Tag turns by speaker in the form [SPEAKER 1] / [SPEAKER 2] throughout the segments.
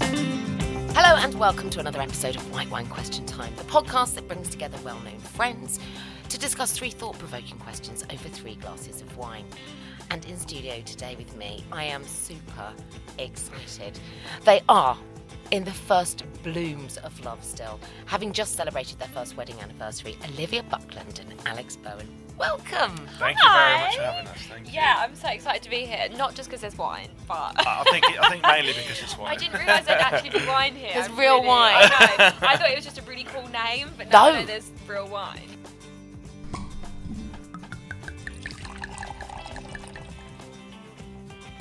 [SPEAKER 1] Hello and welcome to another episode of White Wine Question Time, the podcast that brings together well known friends to discuss three thought provoking questions over three glasses of wine. And in studio today with me, I am super excited. They are in the first blooms of love still, having just celebrated their first wedding anniversary, Olivia Buckland and Alex Bowen. Welcome!
[SPEAKER 2] Thank you very much for having us. Thank you.
[SPEAKER 3] Eh? Yeah, I'm so excited to be here. Not just because there's wine, but
[SPEAKER 2] I I think I think mainly because it's wine.
[SPEAKER 3] I didn't realise there'd actually be wine here.
[SPEAKER 1] There's
[SPEAKER 3] I'm
[SPEAKER 1] real
[SPEAKER 3] really-
[SPEAKER 1] wine.
[SPEAKER 3] I, know. I thought it was just a really cool name, but no,
[SPEAKER 1] No.
[SPEAKER 3] no, there's real wine.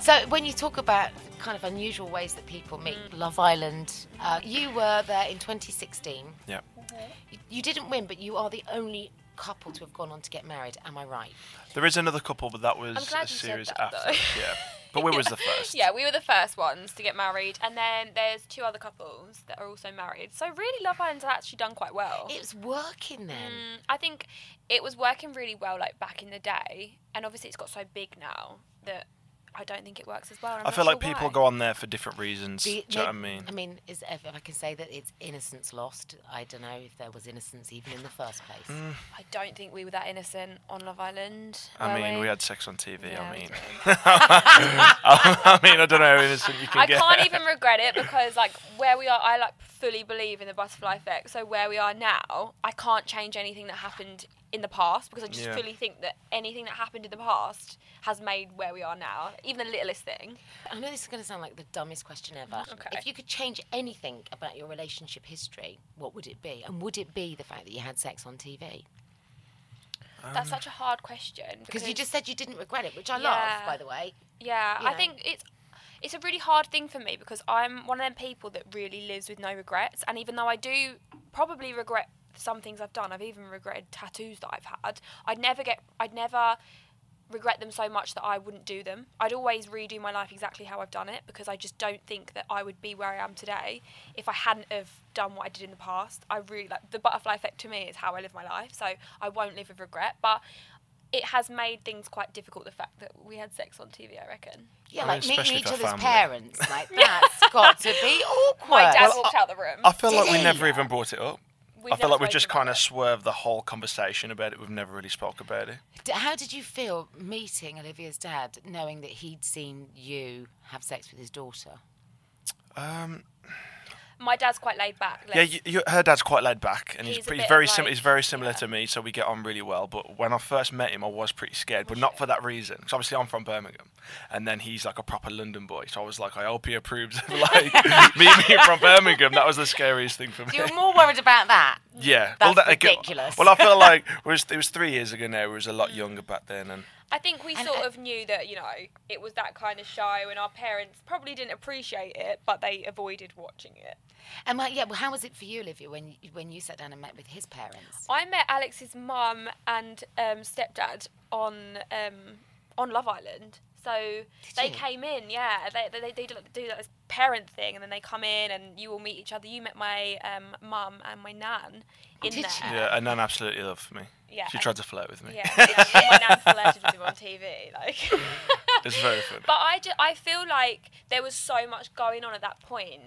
[SPEAKER 1] So, when you talk about kind of unusual ways that people meet Love Island, uh, you were there in 2016.
[SPEAKER 2] Yeah.
[SPEAKER 1] You, you didn't win, but you are the only couple to have gone on to get married. Am I right?
[SPEAKER 2] There is another couple, but that was
[SPEAKER 3] glad
[SPEAKER 2] a
[SPEAKER 3] you said
[SPEAKER 2] series
[SPEAKER 3] that,
[SPEAKER 2] after.
[SPEAKER 3] though.
[SPEAKER 2] Yeah. But we was the first.
[SPEAKER 3] Yeah, we were the first ones to get married, and then there's two other couples that are also married. So really, Love Island's actually done quite well.
[SPEAKER 1] It's working then.
[SPEAKER 3] Mm, I think it was working really well like back in the day, and obviously it's got so big now that I don't think it works as well. and I'm
[SPEAKER 2] I
[SPEAKER 3] not
[SPEAKER 2] feel like
[SPEAKER 3] sure
[SPEAKER 2] people
[SPEAKER 3] why.
[SPEAKER 2] go on there for different reasons. Do
[SPEAKER 1] Do
[SPEAKER 2] you
[SPEAKER 1] you-
[SPEAKER 2] know what I
[SPEAKER 1] may-
[SPEAKER 2] mean?
[SPEAKER 1] I mean, is, if I can say that it's innocence lost. I don't know if there was innocence even in the first place.
[SPEAKER 2] Mm.
[SPEAKER 3] I don't think we were that innocent on Love Island.
[SPEAKER 2] I
[SPEAKER 3] were
[SPEAKER 2] mean, we? had sex on TV.
[SPEAKER 3] Yeah,
[SPEAKER 2] I
[SPEAKER 3] we
[SPEAKER 2] mean,
[SPEAKER 3] did.
[SPEAKER 2] I mean, I don't know how innocent you can
[SPEAKER 3] I
[SPEAKER 2] get.
[SPEAKER 3] can't even regret it because like where we are, I like fully believe in the butterfly effect. So where we are now, I can't change anything that happened in the past because I just
[SPEAKER 2] Yeah.
[SPEAKER 3] fully think that anything that happened in the past has made where we are now, even the littlest thing.
[SPEAKER 1] I know this is going to sound like the dumbest question ever.
[SPEAKER 3] Okay.
[SPEAKER 1] If you could change anything about your relationship history, what would it be? And would it be the fact that you had sex on TV?
[SPEAKER 3] That's such a hard question
[SPEAKER 1] Because you just said you didn't regret it, which I
[SPEAKER 3] Yeah.
[SPEAKER 1] love, by the way.
[SPEAKER 3] Yeah,
[SPEAKER 1] you
[SPEAKER 3] I
[SPEAKER 1] know?
[SPEAKER 3] think it's it's a really hard thing for me because I'm one of them people that really lives with no regrets. And even though I do probably regret some things I've done, I've even regretted tattoos that I've had. I'd never get I'd never regret them so much that I wouldn't do them. I'd always redo my life exactly how I've done it because I just don't think that I would be where I am today if I hadn't have done what I did in the past. I really like the butterfly effect to me is how I live my life, so I won't live with regret, but it has made things quite difficult the fact that we had sex on TV, I reckon.
[SPEAKER 1] Yeah,
[SPEAKER 2] I mean,
[SPEAKER 1] like meeting
[SPEAKER 2] especially
[SPEAKER 1] each
[SPEAKER 2] for family.
[SPEAKER 1] other's parents. Like, that's got to be awkward.
[SPEAKER 3] My dad walked out the room.
[SPEAKER 2] I feel like
[SPEAKER 1] Did
[SPEAKER 2] we
[SPEAKER 1] he?
[SPEAKER 2] never even brought it up.
[SPEAKER 3] We've
[SPEAKER 2] I feel
[SPEAKER 3] never
[SPEAKER 2] like we
[SPEAKER 3] spoken
[SPEAKER 2] just
[SPEAKER 3] about
[SPEAKER 2] kind of
[SPEAKER 3] it.
[SPEAKER 2] swerved the whole conversation about it. We've never really spoke about it.
[SPEAKER 1] D- How did you feel meeting Olivia's dad, knowing that he'd seen you have sex with his daughter?
[SPEAKER 3] My dad's quite laid back.
[SPEAKER 2] Yeah,
[SPEAKER 3] like-
[SPEAKER 2] you, you, her dad's quite laid back, and he's,
[SPEAKER 3] He's a
[SPEAKER 2] pretty-
[SPEAKER 3] bit
[SPEAKER 2] very
[SPEAKER 3] like-
[SPEAKER 2] sim- he's very similar
[SPEAKER 3] yeah.
[SPEAKER 2] to me, so we get on really well. But when I first met him, I was pretty scared, but not for that reason. Because obviously I'm from Birmingham, and then he's like a proper London boy, so I was like, I hope he approves of like me being from Birmingham. That was the scariest thing for me.
[SPEAKER 1] You were more worried about that.
[SPEAKER 2] yeah,
[SPEAKER 1] That's
[SPEAKER 2] that- again-
[SPEAKER 1] ridiculous.
[SPEAKER 2] well, I feel like it was, it was three years ago now. It was a
[SPEAKER 3] Mm.
[SPEAKER 2] lot younger back then, and
[SPEAKER 3] I think we
[SPEAKER 1] And
[SPEAKER 3] sort
[SPEAKER 1] I-
[SPEAKER 3] of knew that, you know, it was that kind of show, and our parents probably didn't appreciate it, but they avoided watching it.
[SPEAKER 1] And well, yeah, well, how was it for you, Olivia, when when you sat down and met with his parents?
[SPEAKER 3] I met Alex's mum and um, stepdad on um, on Love Island. So they
[SPEAKER 1] you?
[SPEAKER 3] came in, yeah. They they, they, they do, like- do like this parent thing, and then they come in, and you all meet each other. You met my um, mum and my nan in
[SPEAKER 1] Did
[SPEAKER 3] there.
[SPEAKER 2] yeah, and Nan absolutely loved me.
[SPEAKER 3] Yeah,
[SPEAKER 2] she
[SPEAKER 3] I-
[SPEAKER 2] tried to flirt with me.
[SPEAKER 3] Yeah, yeah. my nan flirted with him on TV, like.
[SPEAKER 2] it's very funny.
[SPEAKER 3] But I, ju- I feel like there was so much going on at that point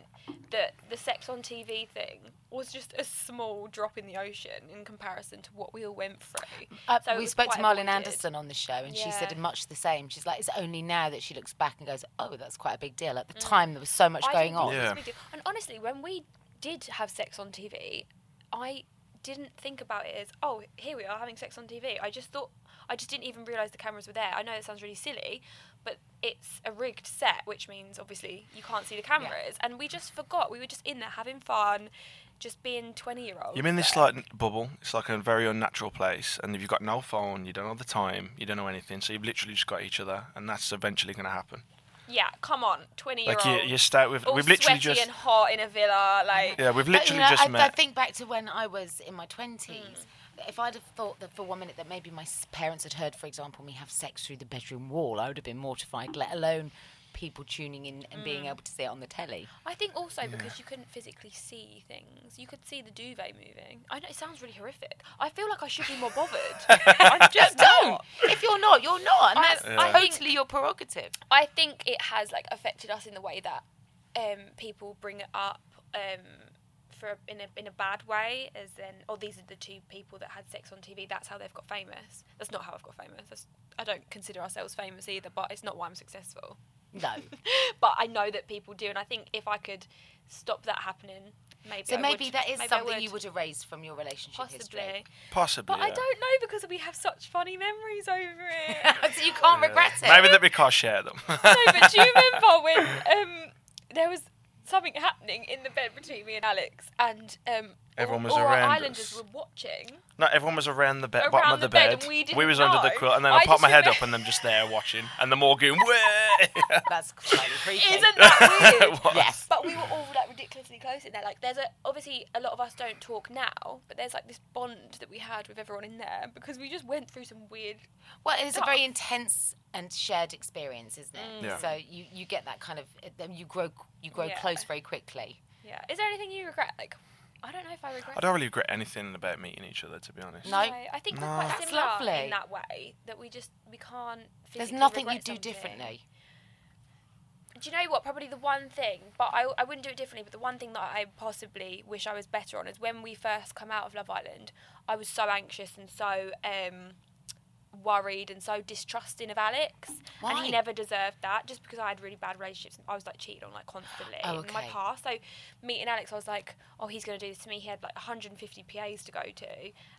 [SPEAKER 3] that the sex on TV thing was just a small drop in the ocean in comparison to what we all went through.
[SPEAKER 1] Uh,
[SPEAKER 3] So it
[SPEAKER 1] we
[SPEAKER 3] was
[SPEAKER 1] spoke to
[SPEAKER 3] quite
[SPEAKER 1] Marlon
[SPEAKER 3] avoided.
[SPEAKER 1] Anderson on the show, and she said
[SPEAKER 3] Yeah.
[SPEAKER 1] much the same. She's like, it's only now that she looks back and goes, oh, that's quite a big deal. At the time, there was so much
[SPEAKER 3] Mm. I
[SPEAKER 1] going
[SPEAKER 3] didn't think
[SPEAKER 1] on.
[SPEAKER 3] it was a
[SPEAKER 2] Yeah.
[SPEAKER 3] big deal. And honestly, when we did have sex on TV, I didn't think about it as, oh, here we are having sex on TV. I just thought, I just didn't even realise the cameras were there. I know it sounds really silly, but it's a rigged set, which means obviously you can't see the cameras. And we just forgot. We were just in there having fun, just being 20 year olds.
[SPEAKER 2] You mean this like n- bubble? It's like a very unnatural place, and if you've got no phone, you don't know the time, you don't know anything, so you've literally just got each other, and that's eventually going to happen.
[SPEAKER 3] Yeah, come on, 20 year
[SPEAKER 2] Like you,
[SPEAKER 3] olds.
[SPEAKER 2] you start with
[SPEAKER 3] all
[SPEAKER 2] we've literally
[SPEAKER 3] sweaty
[SPEAKER 2] just
[SPEAKER 3] and hot in a villa, like.
[SPEAKER 2] yeah we've
[SPEAKER 1] But, you
[SPEAKER 2] literally
[SPEAKER 1] know,
[SPEAKER 2] just
[SPEAKER 1] I,
[SPEAKER 2] met.
[SPEAKER 1] I think back to when I was in my 20s. that If I'd have thought that for one minute that maybe my s- parents had heard, for example, me have sex through the bedroom wall, I would have been mortified, let alone people tuning in and being able to see it on the telly.
[SPEAKER 3] I think also because you couldn't physically see things, you could see the duvet moving. I know it sounds really horrific. I feel like I should be more bothered. I'm just
[SPEAKER 1] Don't!
[SPEAKER 3] not.
[SPEAKER 1] if you're not, you're not. And
[SPEAKER 3] I-
[SPEAKER 1] that's
[SPEAKER 3] I think-
[SPEAKER 1] totally your prerogative.
[SPEAKER 3] I think it has like affected us in the way that um, people bring it up um, for a, in a in a bad way, as in, oh, these are the two people that had sex on TV. That's how they've got famous. That's not how I've got famous. That's, I don't consider ourselves famous either, but it's not why I'm successful.
[SPEAKER 1] No.
[SPEAKER 3] but I know that people do, and I think if I could stop that happening, maybe.
[SPEAKER 1] So
[SPEAKER 3] I
[SPEAKER 1] maybe
[SPEAKER 3] would-
[SPEAKER 1] that is
[SPEAKER 3] maybe I
[SPEAKER 1] something
[SPEAKER 3] would.
[SPEAKER 1] you would erase from your relationship history.
[SPEAKER 3] possibly.
[SPEAKER 2] possibly.
[SPEAKER 3] But I
[SPEAKER 2] yeah.
[SPEAKER 3] don't know because we have such funny memories over it.
[SPEAKER 1] so you can't regret it.
[SPEAKER 2] Maybe that we can't share them.
[SPEAKER 3] no, but do you remember when um, there was something happening in the bed between me and Alex, and um,
[SPEAKER 2] Everyone
[SPEAKER 3] all,
[SPEAKER 2] was
[SPEAKER 3] all our
[SPEAKER 2] around
[SPEAKER 3] Islanders
[SPEAKER 2] us.
[SPEAKER 3] were watching.
[SPEAKER 2] Not everyone was around the be-
[SPEAKER 3] Around
[SPEAKER 2] bottom of
[SPEAKER 3] the
[SPEAKER 2] the,
[SPEAKER 3] bed, and we didn't
[SPEAKER 2] was under the
[SPEAKER 3] know.
[SPEAKER 2] quilt, and then I,
[SPEAKER 3] I
[SPEAKER 2] popped
[SPEAKER 3] just
[SPEAKER 2] my head
[SPEAKER 3] remem-
[SPEAKER 2] up, and them just there watching, and them all going. "Wah!"
[SPEAKER 1] That's slightly creepy.
[SPEAKER 3] Isn't that weird?
[SPEAKER 1] Yes.
[SPEAKER 3] But we were all like ridiculously close in there. Like, there's a obviously a lot of us don't talk now, but there's like this bond that we had with everyone in there because we just went through some weird.
[SPEAKER 1] Well, it's a very
[SPEAKER 3] tough.
[SPEAKER 1] intense and shared experience, isn't it?
[SPEAKER 2] Yeah.
[SPEAKER 1] So you, you get that kind of it- then you grow you grow
[SPEAKER 3] Mm. Yeah.
[SPEAKER 1] close very quickly.
[SPEAKER 3] Yeah. Is there anything you regret? Like, I don't know if I regret.
[SPEAKER 2] I don't really regret anything about meeting each other, to be honest.
[SPEAKER 1] No.
[SPEAKER 3] No, I think we're quite
[SPEAKER 1] That's
[SPEAKER 3] similar
[SPEAKER 1] lovely.
[SPEAKER 3] in that way that we just we can't.
[SPEAKER 1] There's
[SPEAKER 3] physically
[SPEAKER 1] nothing you
[SPEAKER 3] regret
[SPEAKER 1] do
[SPEAKER 3] something.
[SPEAKER 1] differently.
[SPEAKER 3] Do you know what? Probably the one thing, but I, I wouldn't do it differently. But the one thing that I possibly wish I was better on is when we first come out of Love Island, I was so anxious and so um, worried and so distrusting of Alex, and
[SPEAKER 1] Why?
[SPEAKER 3] he never deserved that. Just because I had really bad relationships, and I was like cheated on like constantly
[SPEAKER 1] Oh,
[SPEAKER 3] in my
[SPEAKER 1] okay.
[SPEAKER 3] past. So meeting Alex, I was like, oh, he's going to do this to me. He had like 150 PAs to go to,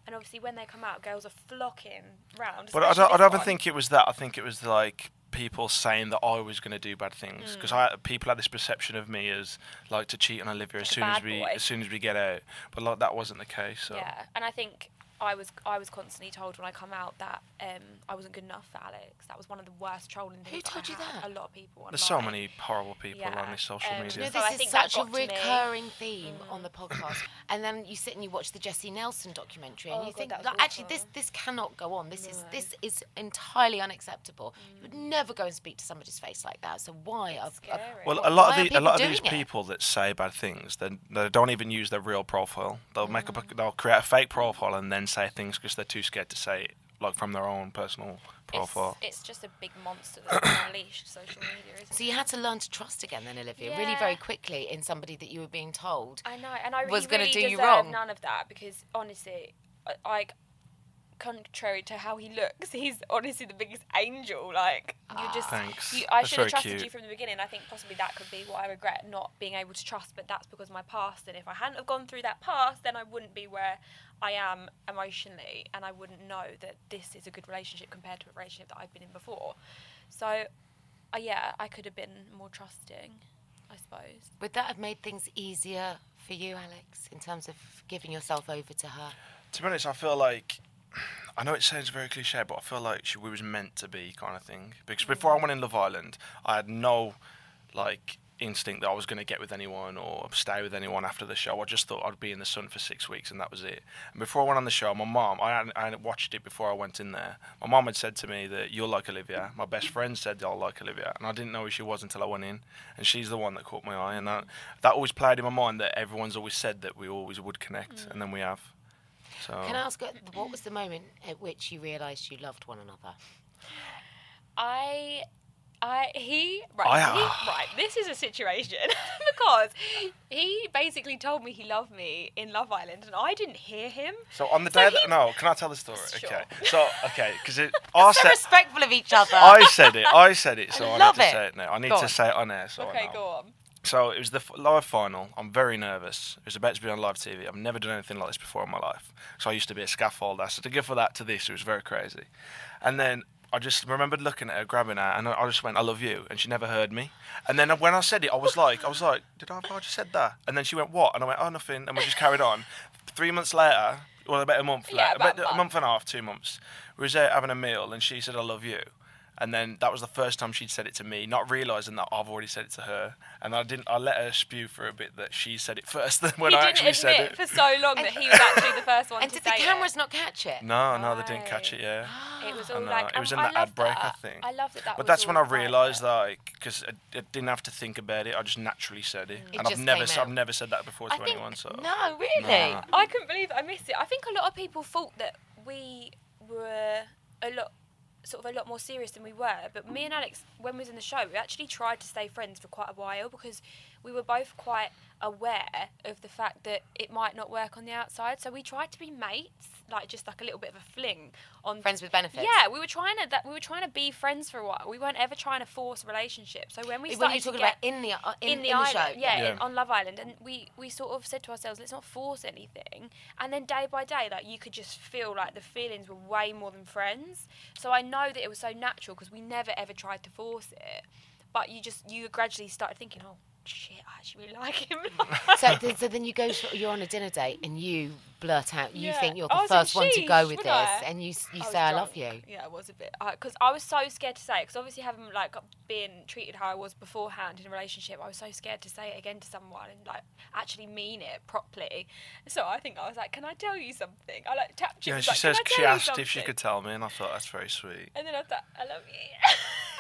[SPEAKER 3] and obviously when they come out, girls are flocking round.
[SPEAKER 2] But I
[SPEAKER 3] especially
[SPEAKER 2] don't, I
[SPEAKER 3] this
[SPEAKER 2] don't
[SPEAKER 3] one.
[SPEAKER 2] think it was that. I think it was like people saying that I was going to do bad things because I people had this perception of me as like to cheat on Olivia as
[SPEAKER 3] a
[SPEAKER 2] soon as
[SPEAKER 3] bad
[SPEAKER 2] we
[SPEAKER 3] boy.
[SPEAKER 2] as soon as we get out. But like that wasn't the case. So.
[SPEAKER 3] Yeah, and I think I was I was constantly told when I come out that um, I wasn't good enough for Alex. That was one of the worst trolling things. that I
[SPEAKER 1] told you
[SPEAKER 3] had.
[SPEAKER 1] that?
[SPEAKER 3] A lot of people.
[SPEAKER 2] There's so
[SPEAKER 3] online.
[SPEAKER 2] many horrible people
[SPEAKER 3] Yeah,
[SPEAKER 2] on this social
[SPEAKER 3] um,
[SPEAKER 2] media.
[SPEAKER 1] You know,
[SPEAKER 3] So
[SPEAKER 1] this
[SPEAKER 3] I
[SPEAKER 1] is
[SPEAKER 3] think that
[SPEAKER 1] such a
[SPEAKER 3] got to me. Mm.
[SPEAKER 1] recurring theme on the podcast. And then you sit and you watch the Jesse Nelson documentary, and
[SPEAKER 3] Oh,
[SPEAKER 1] you
[SPEAKER 3] God,
[SPEAKER 1] think,
[SPEAKER 3] that was
[SPEAKER 1] like, actually,
[SPEAKER 3] awful.
[SPEAKER 1] this this cannot go on. This is this is entirely unacceptable. You would never go and speak to somebody's face like that. So why are, are-
[SPEAKER 3] Mm. scary.
[SPEAKER 2] Well,
[SPEAKER 1] why
[SPEAKER 2] a lot of the,
[SPEAKER 1] are
[SPEAKER 2] a
[SPEAKER 1] people
[SPEAKER 2] lot of
[SPEAKER 1] doing
[SPEAKER 2] these
[SPEAKER 1] it?
[SPEAKER 2] people that say bad things, they, they don't even use their real profile. They'll make up, a, they'll create a fake profile and then say things because they're too scared to say it, like from their own personal
[SPEAKER 3] It's,
[SPEAKER 2] profile.
[SPEAKER 3] it's just a big monster that's been unleashed social media. Isn't
[SPEAKER 1] So you had to learn to trust again, then, Olivia, really very
[SPEAKER 3] Yeah.
[SPEAKER 1] quickly in somebody that you were being told.
[SPEAKER 3] I know, and I
[SPEAKER 1] was
[SPEAKER 3] he
[SPEAKER 1] gonna
[SPEAKER 3] really
[SPEAKER 1] do you
[SPEAKER 3] deserve
[SPEAKER 1] wrong.
[SPEAKER 3] None of that because honestly, I- like contrary to how he looks, he's honestly the biggest angel. Like you just,
[SPEAKER 2] Ah. Thanks.
[SPEAKER 3] you, I
[SPEAKER 2] That's
[SPEAKER 3] should have
[SPEAKER 2] very
[SPEAKER 3] trusted
[SPEAKER 2] cute.
[SPEAKER 3] you from the beginning. I think possibly that could be what I regret not being able to trust, but that's because of my past. And if I hadn't have gone through that past, then I wouldn't be where I am emotionally, and I wouldn't know that this is a good relationship compared to a relationship that I've been in before. So, uh, yeah, I could have been more trusting, I suppose.
[SPEAKER 1] Would that have made things easier for you, Alex, in terms of giving yourself over to her?
[SPEAKER 2] To be honest, I feel like I know it sounds very cliche, but I feel like she, we was meant to be kind of thing.
[SPEAKER 1] Mm.
[SPEAKER 2] Because before I went in Love Island, I had no like instinct that I was going to get with anyone or stay with anyone after the show. I just thought I'd be in the sun for six weeks and that was it. And before I went on the show, my mom, I hadn't, I hadn't watched it before I went in there. My mom had said to me that you're like Olivia. My best friend said I'll like Olivia, and I didn't know who she was until I went in. And she's the one that caught my eye, and that that always played in my mind that everyone's always said that we always would connect, and then we have. So
[SPEAKER 1] Mm. Can I ask, uh, what was the moment at which you realised you loved one another?
[SPEAKER 3] I, I, he, right,
[SPEAKER 2] I-
[SPEAKER 3] he- right. This is a situation because he basically told me he loved me in Love Island, and I didn't hear him.
[SPEAKER 2] So on the day
[SPEAKER 3] he-
[SPEAKER 2] that no, can I tell the story?
[SPEAKER 3] Sure.
[SPEAKER 2] Okay. So okay, because it I
[SPEAKER 1] So
[SPEAKER 2] said
[SPEAKER 1] respectful of each other.
[SPEAKER 2] I said it. I said it. So I,
[SPEAKER 1] love
[SPEAKER 2] need to
[SPEAKER 1] it.
[SPEAKER 2] say it now. I need
[SPEAKER 1] Go
[SPEAKER 2] to
[SPEAKER 1] on.
[SPEAKER 2] say it on air. So I
[SPEAKER 3] okay,
[SPEAKER 2] know.
[SPEAKER 3] go on.
[SPEAKER 2] So it was the f- live final. I'm very nervous. It was about to be on live TV. I've never done anything like this before in my life. So I used to be a scaffolder. So to go for that to this, it was very crazy. And then I just remembered looking at her, grabbing her, and I I just went, "I love you," and she never heard me. And then when I said it, I was like, I was like, "Did I? have I just said that?" And then she went, "What?" And I went, "Oh, nothing." And we just carried on. Three months later, well, about a month
[SPEAKER 3] Yeah,
[SPEAKER 2] later,
[SPEAKER 3] about a
[SPEAKER 2] a
[SPEAKER 3] month.
[SPEAKER 2] month and a half, two months, we was out having a meal, and she said, "I love you." And then that was the first time she'd said it to me, not realizing that I've already said it to her. And I didn't. I let her spew for a bit that she said it first than when
[SPEAKER 3] he
[SPEAKER 2] I
[SPEAKER 3] didn't
[SPEAKER 2] actually
[SPEAKER 3] admit
[SPEAKER 2] said it.
[SPEAKER 3] for so long that he was actually the first one
[SPEAKER 1] and
[SPEAKER 3] to
[SPEAKER 1] did the
[SPEAKER 3] say
[SPEAKER 1] cameras not catch it?
[SPEAKER 2] no, no, they didn't catch it.
[SPEAKER 3] Right.
[SPEAKER 2] Yeah.
[SPEAKER 3] It. it was all
[SPEAKER 2] No,
[SPEAKER 3] like
[SPEAKER 2] it was
[SPEAKER 3] um,
[SPEAKER 2] in
[SPEAKER 3] I
[SPEAKER 2] the ad
[SPEAKER 3] loved
[SPEAKER 2] break,
[SPEAKER 3] that.
[SPEAKER 2] I think.
[SPEAKER 3] I love that. that
[SPEAKER 2] but
[SPEAKER 3] was
[SPEAKER 2] that's when I
[SPEAKER 3] all private.
[SPEAKER 2] realised that, like, because I, I didn't have to think about it. I just naturally said it, and I've
[SPEAKER 1] just
[SPEAKER 2] never,
[SPEAKER 1] came
[SPEAKER 2] s-
[SPEAKER 1] out.
[SPEAKER 2] I've never said that before to
[SPEAKER 3] I think-
[SPEAKER 2] anyone. So
[SPEAKER 1] No, really?
[SPEAKER 2] Nah.
[SPEAKER 3] I couldn't believe I missed it. I think a lot of people thought that we were a lot sort of a lot more serious than we were. But me and Alex, when we was in the show, we actually tried to stay friends for quite a while because we were both quite aware of the fact that it might not work on the outside. So we tried to be mates, like just like a little bit of a fling on
[SPEAKER 1] Friends with benefits.
[SPEAKER 3] Yeah, we were trying to that we were trying to be friends for a while. We weren't ever trying to force a relationship. So when we
[SPEAKER 1] When
[SPEAKER 3] started
[SPEAKER 1] you're
[SPEAKER 3] to
[SPEAKER 1] talking
[SPEAKER 3] get-
[SPEAKER 1] about in the uh, in,
[SPEAKER 3] in, the,
[SPEAKER 1] in
[SPEAKER 3] island,
[SPEAKER 1] show,
[SPEAKER 3] yeah,
[SPEAKER 2] Yeah.
[SPEAKER 3] In, on Love Island, and we we sort of said to ourselves, let's not force anything. And then day by day, like you could just feel like the feelings were way more than friends. So I know that it was so natural because we never ever tried to force it, but you just you gradually started thinking, oh shit, I actually really like him.
[SPEAKER 1] so, th- so then you go, for, you're on a dinner date and you blurt out, you
[SPEAKER 3] Yeah.
[SPEAKER 1] think you're
[SPEAKER 3] I
[SPEAKER 1] the
[SPEAKER 3] was in
[SPEAKER 1] first one to go
[SPEAKER 3] sheesh,
[SPEAKER 1] with this,
[SPEAKER 3] wasn't I?
[SPEAKER 1] and you s- you
[SPEAKER 3] was
[SPEAKER 1] say, I love you.
[SPEAKER 3] drunk. Yeah, it was a bit because I was so scared to say because obviously having like got- been treated how I was beforehand in a relationship, I was so scared to say it again to someone and like actually mean it properly. So I think I was like, "Can I tell you something?" I like tapped you.
[SPEAKER 2] yeah,
[SPEAKER 3] was
[SPEAKER 2] she
[SPEAKER 3] like,
[SPEAKER 2] says
[SPEAKER 3] "Can I
[SPEAKER 2] she
[SPEAKER 3] tell you
[SPEAKER 2] asked if she
[SPEAKER 3] something?"
[SPEAKER 2] could tell me, and I thought that's very sweet.
[SPEAKER 3] And then I thought, "I love you."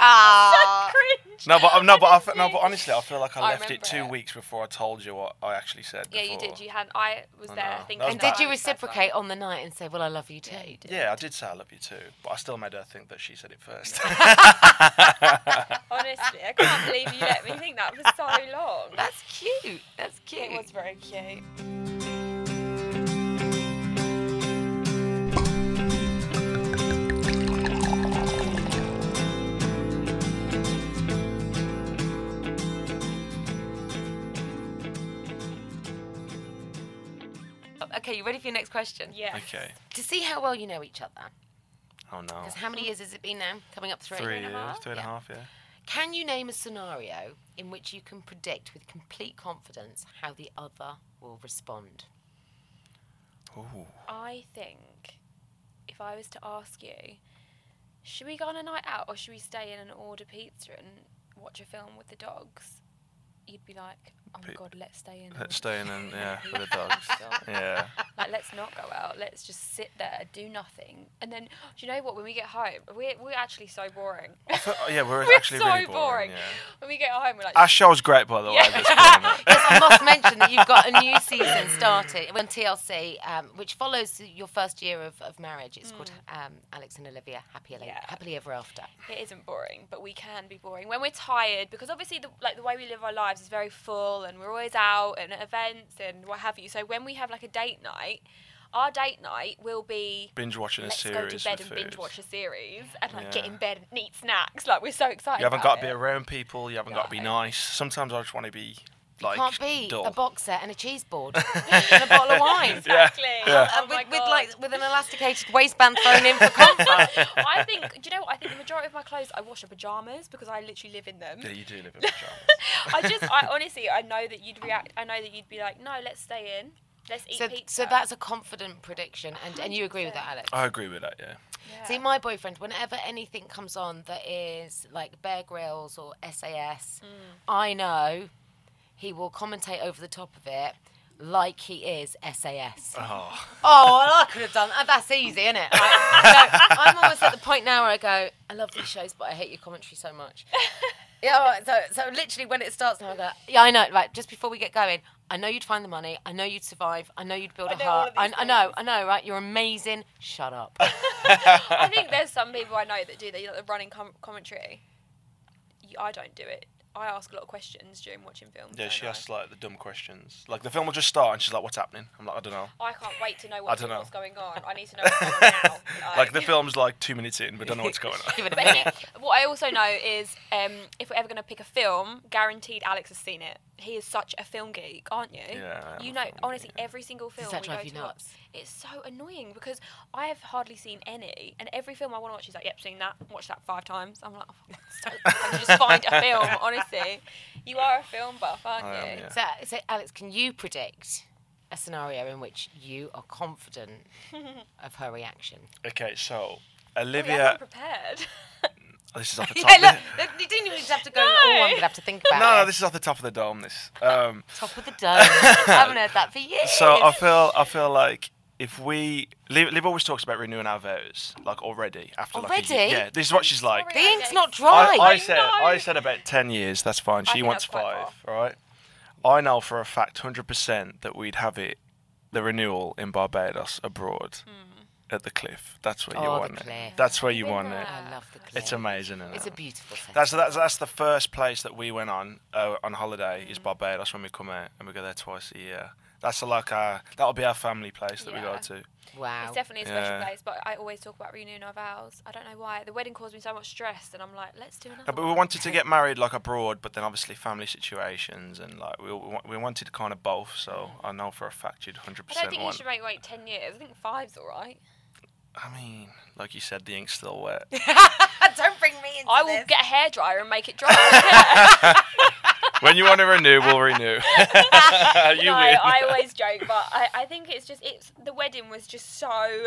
[SPEAKER 1] Ah.
[SPEAKER 3] so cringe.
[SPEAKER 2] No, but um, no, but I fe-
[SPEAKER 3] Honestly.
[SPEAKER 2] no, but honestly, I feel like I,
[SPEAKER 3] I
[SPEAKER 2] left it
[SPEAKER 3] remember
[SPEAKER 2] two
[SPEAKER 3] it.
[SPEAKER 2] weeks before I told you what I actually said.
[SPEAKER 3] Yeah, you
[SPEAKER 2] before.
[SPEAKER 3] did. You had. I was
[SPEAKER 2] I
[SPEAKER 3] there
[SPEAKER 2] know.
[SPEAKER 3] thinking.
[SPEAKER 2] That was
[SPEAKER 1] And
[SPEAKER 2] bad.
[SPEAKER 1] did you
[SPEAKER 3] about myself.
[SPEAKER 1] reciprocate on the night and say, well, I love you too?
[SPEAKER 3] Yeah, you did.
[SPEAKER 2] Yeah, I did say I love you too, but I still made her think that she said it first.
[SPEAKER 3] Honestly, I can't believe you let me think that for so long.
[SPEAKER 1] That's cute. That's cute.
[SPEAKER 3] It was very cute.
[SPEAKER 1] Okay, you ready for your next question?
[SPEAKER 3] Yeah.
[SPEAKER 2] okay.
[SPEAKER 1] To see how well you know each other,
[SPEAKER 2] Oh no.
[SPEAKER 1] because how many years has it been now? Coming up three.
[SPEAKER 2] Three years, two and a
[SPEAKER 1] Yeah.
[SPEAKER 2] half. Yeah.
[SPEAKER 1] Can you name a scenario in which you can predict with complete confidence how the other will respond?
[SPEAKER 2] Ooh.
[SPEAKER 3] I think if I was to ask you, should we go on a night out or should we stay in and order pizza and watch a film with the dogs? You'd be like, oh my
[SPEAKER 2] Pi-
[SPEAKER 3] god, let's stay in. and order
[SPEAKER 2] Let's stay in and yeah, with the
[SPEAKER 3] pizza."
[SPEAKER 2] dogs. Yeah.
[SPEAKER 3] Like, let's not go out. Let's just sit there, do nothing. And then, do you know what? When we get home, we're, we're actually so boring.
[SPEAKER 2] I feel- oh, yeah, we're
[SPEAKER 3] we're
[SPEAKER 2] actually
[SPEAKER 3] so
[SPEAKER 2] really
[SPEAKER 3] boring.
[SPEAKER 2] boring. yeah.
[SPEAKER 3] When we get home, we're like,
[SPEAKER 2] Our show's great, by the way.
[SPEAKER 3] Yeah.
[SPEAKER 2] That's fine.
[SPEAKER 1] Yes, I must mention that you've got a new season starting on TLC, um, which follows your first year of, of marriage. It's called um, Alex and Olivia Happily,
[SPEAKER 3] Mm. Yeah.
[SPEAKER 1] Happily Ever After.
[SPEAKER 3] it isn't boring, but we can be boring when we're tired because obviously the, like the way we live our lives is very full and we're always out and at events and what have you. So when we have like a date night, our date night will be
[SPEAKER 2] Binge watching a
[SPEAKER 3] let's
[SPEAKER 2] series.
[SPEAKER 3] go to bed
[SPEAKER 2] with
[SPEAKER 3] and binge
[SPEAKER 2] food.
[SPEAKER 3] watch a series and like get
[SPEAKER 2] Yeah.
[SPEAKER 3] in bed and eat snacks. Like we're so excited.
[SPEAKER 2] You haven't
[SPEAKER 3] about
[SPEAKER 2] got to be
[SPEAKER 3] it.
[SPEAKER 2] around people. You haven't got to be nice. Sometimes I just want to be like
[SPEAKER 1] Can't be
[SPEAKER 2] dull.
[SPEAKER 1] a boxer and a cheese board and a bottle of wine.
[SPEAKER 3] Exactly.
[SPEAKER 2] Yeah.
[SPEAKER 3] Oh
[SPEAKER 1] And
[SPEAKER 3] my
[SPEAKER 1] with, with
[SPEAKER 3] God.
[SPEAKER 1] like with an elasticated waistband thrown in for comfort.
[SPEAKER 3] I think do you know what I think the majority of my clothes I wash in pajamas because I literally live in them.
[SPEAKER 2] Yeah, you do live in pajamas.
[SPEAKER 3] I just I honestly I know that you'd react I know that you'd be like, No, let's stay in. Let's eat
[SPEAKER 1] so,
[SPEAKER 3] pizza.
[SPEAKER 1] so that's a confident prediction, and, and you agree with that, Alex?
[SPEAKER 2] I agree with that. Yeah.
[SPEAKER 1] See, my boyfriend, whenever anything comes on that is like Bear Grylls or SAS,
[SPEAKER 3] Mm.
[SPEAKER 1] I know he will commentate over the top of it like he is SAS. Oh, well, I could have done that. That's easy, isn't it? Like, so I'm almost at the point now where I go, I love these shows, but I hate your commentary so much. Yeah, all right, so, so literally when it starts now, I go, yeah, I know, right, just before we get going, I know you'd find the money, I know you'd survive, I know you'd build a
[SPEAKER 3] know all
[SPEAKER 1] heart,
[SPEAKER 3] of
[SPEAKER 1] I,
[SPEAKER 3] these
[SPEAKER 1] I know, I know, right, you're amazing, shut up.
[SPEAKER 3] I think there's some people I know that do that, like the running com- commentary. You- I don't do it. I ask a lot of questions during watching films.
[SPEAKER 2] Yeah,
[SPEAKER 3] don't
[SPEAKER 2] she
[SPEAKER 3] I?
[SPEAKER 2] asks like the dumb questions. Like the film will just start and she's like, "What's happening?" I'm like, "I don't know."
[SPEAKER 3] I can't wait to know
[SPEAKER 2] I
[SPEAKER 3] what
[SPEAKER 2] don't
[SPEAKER 3] what's
[SPEAKER 2] know.
[SPEAKER 3] going on. I need to know what's going on now.
[SPEAKER 2] Like the film's like two minutes in, but don't know what's going on.
[SPEAKER 1] Give it a
[SPEAKER 3] But
[SPEAKER 1] minute.
[SPEAKER 3] he- what I also know is um, if we're ever going to pick a film, guaranteed Alex has seen it. He is such a film geek, aren't you?
[SPEAKER 2] Yeah, I am
[SPEAKER 3] You
[SPEAKER 2] a
[SPEAKER 3] know,
[SPEAKER 2] film geek,
[SPEAKER 3] honestly, every single film
[SPEAKER 1] that
[SPEAKER 3] we
[SPEAKER 1] drive
[SPEAKER 3] go
[SPEAKER 1] you
[SPEAKER 3] to watch-
[SPEAKER 1] nuts?
[SPEAKER 3] it's so annoying because I have hardly seen any, and every film I want to watch, he's like, "Yep, seen that. Watched that five times." I'm like, oh, stop. "Can you just find a film?" Honestly, you are a film buff, aren't
[SPEAKER 2] I
[SPEAKER 3] you?
[SPEAKER 2] am, yeah.
[SPEAKER 1] So, so, Alex, can you predict a scenario in which you are confident of her reaction?
[SPEAKER 2] Okay, so
[SPEAKER 3] Oh, yeah, I'm
[SPEAKER 2] Olivia, Oh,
[SPEAKER 3] prepared.
[SPEAKER 2] this is off the
[SPEAKER 1] Yeah,
[SPEAKER 2] top.
[SPEAKER 1] look, look, you didn't even have to go. Oh, I'm gonna have to think about
[SPEAKER 2] no,
[SPEAKER 1] it.
[SPEAKER 2] no, this is off the top of the dome. This. Um,
[SPEAKER 1] top of the dome. I haven't heard that for years.
[SPEAKER 2] so I feel, I feel like if we, Liv, Liv always talks about renewing our vows, like already after like a year.
[SPEAKER 1] Already?
[SPEAKER 2] Yeah, this is what she's like.
[SPEAKER 1] the ink's not
[SPEAKER 2] I,
[SPEAKER 1] dry.
[SPEAKER 2] I said
[SPEAKER 3] know.
[SPEAKER 2] I said about ten years. That's fine. She
[SPEAKER 3] think
[SPEAKER 2] wants
[SPEAKER 3] that's quite
[SPEAKER 2] five, right? I know for a fact, hundred percent, that we'd have it, the renewal in Barbados abroad, at the cliff. That's where you
[SPEAKER 1] Hmm. Oh, the
[SPEAKER 2] want
[SPEAKER 1] cliff.
[SPEAKER 2] it. That's where you want it.
[SPEAKER 1] I love the clip.
[SPEAKER 2] It's amazing. Isn't
[SPEAKER 1] It's
[SPEAKER 2] it?
[SPEAKER 1] a beautiful setting.
[SPEAKER 2] That's, that's that's the first place that we went on uh, on holiday
[SPEAKER 1] Hmm.
[SPEAKER 2] is Barbados when we come out and we go there twice a year. That's like our that'll be our family place that we go
[SPEAKER 3] Yeah.
[SPEAKER 2] to.
[SPEAKER 1] wow.
[SPEAKER 3] It's definitely a special
[SPEAKER 2] Yeah.
[SPEAKER 3] place, but I always talk about renewing our vows. I don't know why. The wedding caused me so much stress, and I'm like, let's do another.
[SPEAKER 2] No, Uh, but we
[SPEAKER 3] one."
[SPEAKER 2] wanted to get married like abroad, but then obviously family situations and like we we, wa- we wanted kind of both. So I know for a fact you'd hundred
[SPEAKER 3] I don't
[SPEAKER 2] percent
[SPEAKER 3] think you
[SPEAKER 2] want.
[SPEAKER 3] should make wait ten years. I think five's all right.
[SPEAKER 2] I mean, like you said, the ink's still wet.
[SPEAKER 1] Don't bring me into
[SPEAKER 3] I will get a hairdryer and make it dry. no,
[SPEAKER 2] when you want to renew, we'll renew. you win.
[SPEAKER 3] I always joke, but I, I think it's just it's the wedding was just so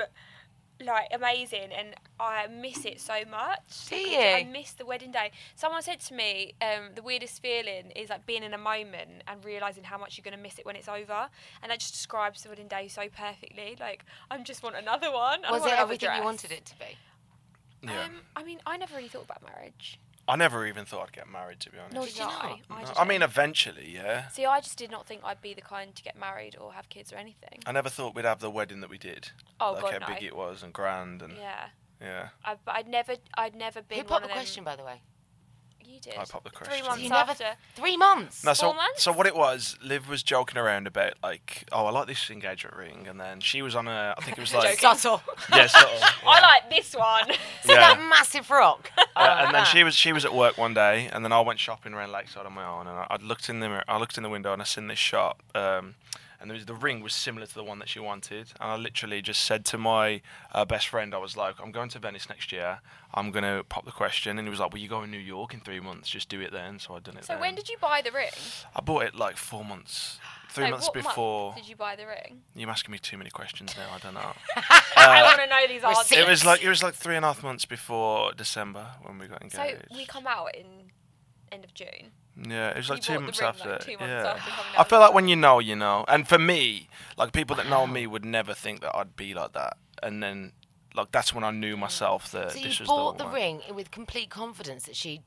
[SPEAKER 3] like amazing, and I miss it so much.
[SPEAKER 1] Do
[SPEAKER 3] Like,
[SPEAKER 1] you?
[SPEAKER 3] I miss the wedding day. Someone said to me, um, the weirdest feeling is like being in a moment and realizing how much you're gonna miss it when it's over, and that just describes the wedding day so perfectly. Like I just want another one. I
[SPEAKER 1] Was
[SPEAKER 3] want
[SPEAKER 1] it
[SPEAKER 3] another
[SPEAKER 1] everything you
[SPEAKER 3] dress.
[SPEAKER 1] wanted it to be?
[SPEAKER 2] yeah.
[SPEAKER 3] Um, I mean, I never really thought about marriage.
[SPEAKER 2] I never even thought I'd get married, to be honest.
[SPEAKER 3] Nor did I.
[SPEAKER 2] No,
[SPEAKER 3] I, just
[SPEAKER 2] I mean, eventually, yeah.
[SPEAKER 3] See, I just did not think I'd be the kind to get married or have kids or anything.
[SPEAKER 2] I never thought we'd have the wedding that we did.
[SPEAKER 3] Oh,
[SPEAKER 2] like
[SPEAKER 3] God,
[SPEAKER 2] how
[SPEAKER 3] no.
[SPEAKER 2] big it was and grand and yeah.
[SPEAKER 3] Yeah, I, but I'd never, I'd never been.
[SPEAKER 1] Who
[SPEAKER 3] one
[SPEAKER 1] popped
[SPEAKER 3] of
[SPEAKER 1] the
[SPEAKER 3] them-
[SPEAKER 1] question, by the way?
[SPEAKER 3] You did.
[SPEAKER 2] I popped the
[SPEAKER 3] Three
[SPEAKER 2] question.
[SPEAKER 3] months
[SPEAKER 1] You never.
[SPEAKER 3] after.
[SPEAKER 1] Three months.
[SPEAKER 2] No, so,
[SPEAKER 3] Four months?
[SPEAKER 2] so what it was, Liv was joking around about like, oh, I like this engagement ring, and then she was on a, I think it was like,
[SPEAKER 1] Subtle.
[SPEAKER 2] yeah, sort of,
[SPEAKER 3] I like this one.
[SPEAKER 1] See
[SPEAKER 2] yeah.
[SPEAKER 1] that massive rock?
[SPEAKER 2] Yeah, Uh, and then she was she was at work one day, and then I went shopping around Lakeside on my own, and I, I looked in the mirror, I looked in the window, and I seen this shop, um, and there was, the ring was similar to the one that she wanted, and I literally just said to my uh, best friend, I was like, I'm going to Venice next year, I'm gonna pop the question, and he was like, Well, you go in New York in three months, just do it then. So I done it.
[SPEAKER 3] so when did you buy the ring?
[SPEAKER 2] I bought it like four months, three
[SPEAKER 3] No,
[SPEAKER 2] months
[SPEAKER 3] what month
[SPEAKER 2] before.
[SPEAKER 3] did you buy the ring?
[SPEAKER 2] You're asking me too many questions now. I don't know.
[SPEAKER 3] I want to know these answers.
[SPEAKER 2] Uh, it was like it was like three and a half months before December when we got
[SPEAKER 3] so
[SPEAKER 2] engaged.
[SPEAKER 3] we come out in end of June.
[SPEAKER 2] yeah, it was like
[SPEAKER 3] you
[SPEAKER 2] two
[SPEAKER 3] bought the
[SPEAKER 2] months
[SPEAKER 3] ring,
[SPEAKER 2] after.
[SPEAKER 3] like, two months
[SPEAKER 2] yeah.
[SPEAKER 3] after coming
[SPEAKER 2] I
[SPEAKER 3] out
[SPEAKER 2] feel
[SPEAKER 3] of
[SPEAKER 2] like when you know, you know. And for me, like people that know me would never think that I'd be like that. And then, like that's when I knew myself that
[SPEAKER 1] So
[SPEAKER 2] this
[SPEAKER 1] you
[SPEAKER 2] was
[SPEAKER 1] bought
[SPEAKER 2] the,
[SPEAKER 1] the
[SPEAKER 2] one.
[SPEAKER 1] ring with complete confidence that she'd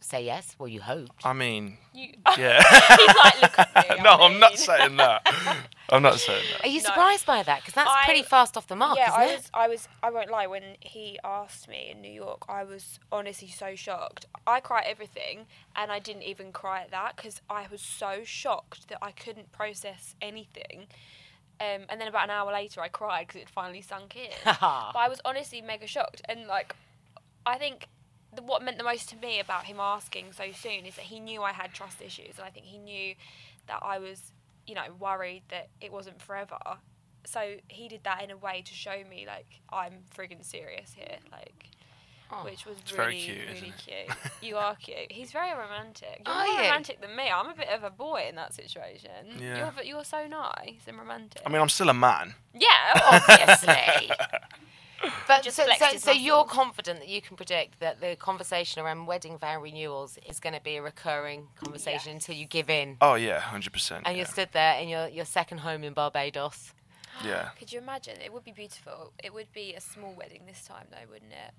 [SPEAKER 1] say yes. Well, you hoped.
[SPEAKER 2] I mean,
[SPEAKER 3] You,
[SPEAKER 2] yeah.
[SPEAKER 3] he's like, look at me.
[SPEAKER 2] no, I'm not
[SPEAKER 3] mean.
[SPEAKER 2] saying that. I'm not saying that.
[SPEAKER 1] Are you surprised by that? Because that's
[SPEAKER 3] I-
[SPEAKER 1] pretty fast off the mark,
[SPEAKER 3] yeah,
[SPEAKER 1] isn't
[SPEAKER 3] I
[SPEAKER 1] it?
[SPEAKER 3] was, I was, I won't lie. When he asked me in New York, I was honestly so shocked. I cry at everything, and I didn't even cry at that because I was so shocked that I couldn't process anything. Um, and then about an hour later, I cried because it finally sunk in. but I was honestly mega shocked. And like, I think the, what meant the most to me about him asking so soon is that he knew I had trust issues, and I think he knew that I was, you know, worried that it wasn't forever. So he did that in a way to show me like I'm friggin' serious here, like. Which was
[SPEAKER 2] very
[SPEAKER 3] really,
[SPEAKER 2] cute, isn't
[SPEAKER 3] really
[SPEAKER 2] it?
[SPEAKER 3] cute. You are cute. He's very romantic. You're
[SPEAKER 1] Are
[SPEAKER 3] more
[SPEAKER 1] you?
[SPEAKER 3] romantic than me. I'm a bit of a boy in that situation.
[SPEAKER 2] Yeah.
[SPEAKER 3] You're, but you're so nice and romantic.
[SPEAKER 2] I mean, I'm still a man.
[SPEAKER 3] yeah,
[SPEAKER 1] obviously. But
[SPEAKER 3] Just
[SPEAKER 1] so,
[SPEAKER 3] flexed
[SPEAKER 1] so,
[SPEAKER 3] his
[SPEAKER 1] so you're
[SPEAKER 3] muscles.
[SPEAKER 1] confident that you can predict that the conversation around wedding vow renewals is going to be a recurring conversation until you give in.
[SPEAKER 2] Oh yeah, hundred percent.
[SPEAKER 1] And
[SPEAKER 2] yeah.
[SPEAKER 1] you're stood there in your, your second home in Barbados.
[SPEAKER 2] yeah.
[SPEAKER 3] Could you imagine? It would be beautiful. It would be a small wedding this time, though, wouldn't it?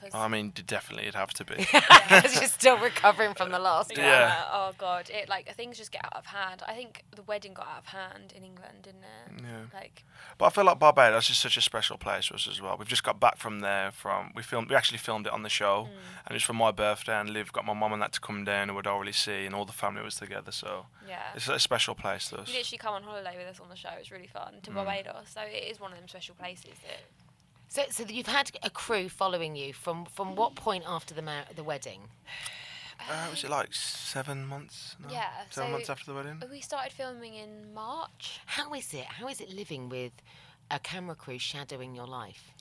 [SPEAKER 3] Because
[SPEAKER 2] I mean, d- definitely it'd have to be.
[SPEAKER 1] Because you're still recovering from the last one.
[SPEAKER 2] yeah.
[SPEAKER 3] Oh god, it like things just get out of hand. I think the wedding got out of hand in England, didn't
[SPEAKER 2] Mm,
[SPEAKER 3] it? Yeah. Like
[SPEAKER 2] But I feel like Barbados is such a special place for us as well. We've just got back from there. From we filmed, we actually filmed it on the show,
[SPEAKER 3] Mm.
[SPEAKER 2] and it was for my birthday. And Liv got my mum and that to come down, and we'd already see, and all the family was together. So
[SPEAKER 3] Yeah.
[SPEAKER 2] it's a special place to us.
[SPEAKER 3] you literally come on holiday with us on the show. It's really fun
[SPEAKER 2] Mm.
[SPEAKER 3] to Barbados. So it is one of them special places that
[SPEAKER 1] So, so you've had a crew following you from, from what point after the, mar- the wedding?
[SPEAKER 2] Uh, was it like seven months? No?
[SPEAKER 3] Yeah,
[SPEAKER 2] seven
[SPEAKER 3] so-
[SPEAKER 2] months after the wedding.
[SPEAKER 3] Oh, we started filming in March.
[SPEAKER 1] How is it? How is it living with a camera crew shadowing your life?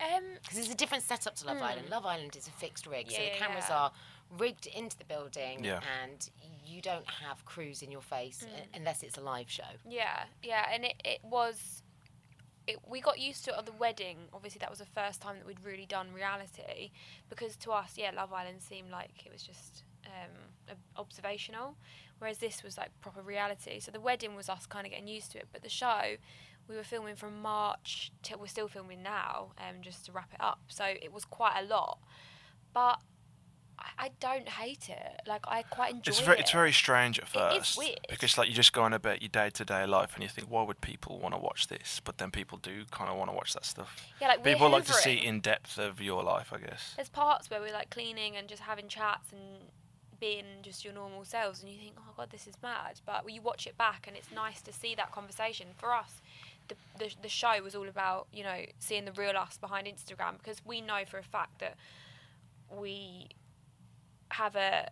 [SPEAKER 3] Um,
[SPEAKER 1] Because it's a different setup to Love Island. Love Island is a fixed rig, so
[SPEAKER 3] Hmm. Yeah,
[SPEAKER 1] the
[SPEAKER 3] yeah,
[SPEAKER 1] cameras
[SPEAKER 3] yeah.
[SPEAKER 1] are rigged into the building,
[SPEAKER 2] Yeah.
[SPEAKER 1] and you don't have crews in your face
[SPEAKER 3] Hmm.
[SPEAKER 1] uh, unless it's a live show.
[SPEAKER 3] Yeah, yeah, and it, it was. It, we got used to it at the wedding. Obviously, that was the first time that we'd really done reality, because to us, yeah, Love Island seemed like it was just um, ob- observational, whereas this was like proper reality. So the wedding was us kind of getting used to it, but the show, we were filming from March till we're still filming now, um, just to wrap it up. So it was quite a lot, but I- I don't hate it. Like I quite enjoy
[SPEAKER 2] It's
[SPEAKER 3] it.
[SPEAKER 2] very, it's very strange at
[SPEAKER 3] It is
[SPEAKER 2] first
[SPEAKER 3] weird.
[SPEAKER 2] because like you just go on about your day to day life and you think why would people want to watch this? But then people do kind of want to watch that stuff.
[SPEAKER 3] Yeah, like we're
[SPEAKER 2] people like to see
[SPEAKER 3] hoovering.
[SPEAKER 2] in depth of your life, I guess.
[SPEAKER 3] there's parts where we're like cleaning and just having chats and being just your normal selves and you think oh god this is mad but when you watch it back and it's nice to see that conversation for us the, the, the show was all about you know seeing the real us behind instagram because we know for a fact that we have a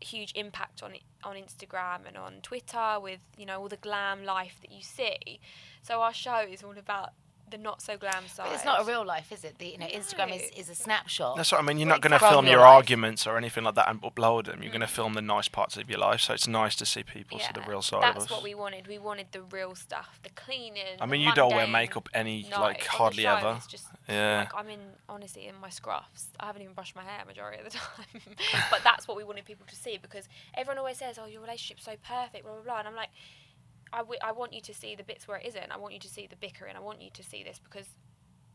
[SPEAKER 3] huge impact on on Instagram and on Twitter with you know all the glam life that you see. So our show is all about the not so glam side.
[SPEAKER 1] But it's not a real life, is it? The, you know, Instagram is,
[SPEAKER 3] No.
[SPEAKER 1] is a snapshot.
[SPEAKER 2] That's what I mean. You're not going to
[SPEAKER 1] From
[SPEAKER 2] film
[SPEAKER 1] your
[SPEAKER 2] your
[SPEAKER 1] life.
[SPEAKER 2] arguments or anything like that and upload them. You're going to film the nice parts of your life. So it's nice to see people see the real side
[SPEAKER 3] That's
[SPEAKER 2] of us.
[SPEAKER 3] what we wanted. We wanted the real stuff, the cleaning.
[SPEAKER 2] I
[SPEAKER 3] the
[SPEAKER 2] mean, you don't wear
[SPEAKER 3] mundane.
[SPEAKER 2] makeup any,
[SPEAKER 3] No,
[SPEAKER 2] like,
[SPEAKER 3] on the
[SPEAKER 2] hardly
[SPEAKER 3] show,
[SPEAKER 2] ever.
[SPEAKER 3] It's just,
[SPEAKER 2] Yeah.
[SPEAKER 3] Like, I'm in honestly in my scruffs. I haven't even brushed my hair majority of the time. but that's what we wanted people to see because everyone always says, "Oh, your relationship's so perfect," blah blah blah, and I'm like. I, w- I want you to see the bits where it isn't. I want you to see the bickering. I want you to see this because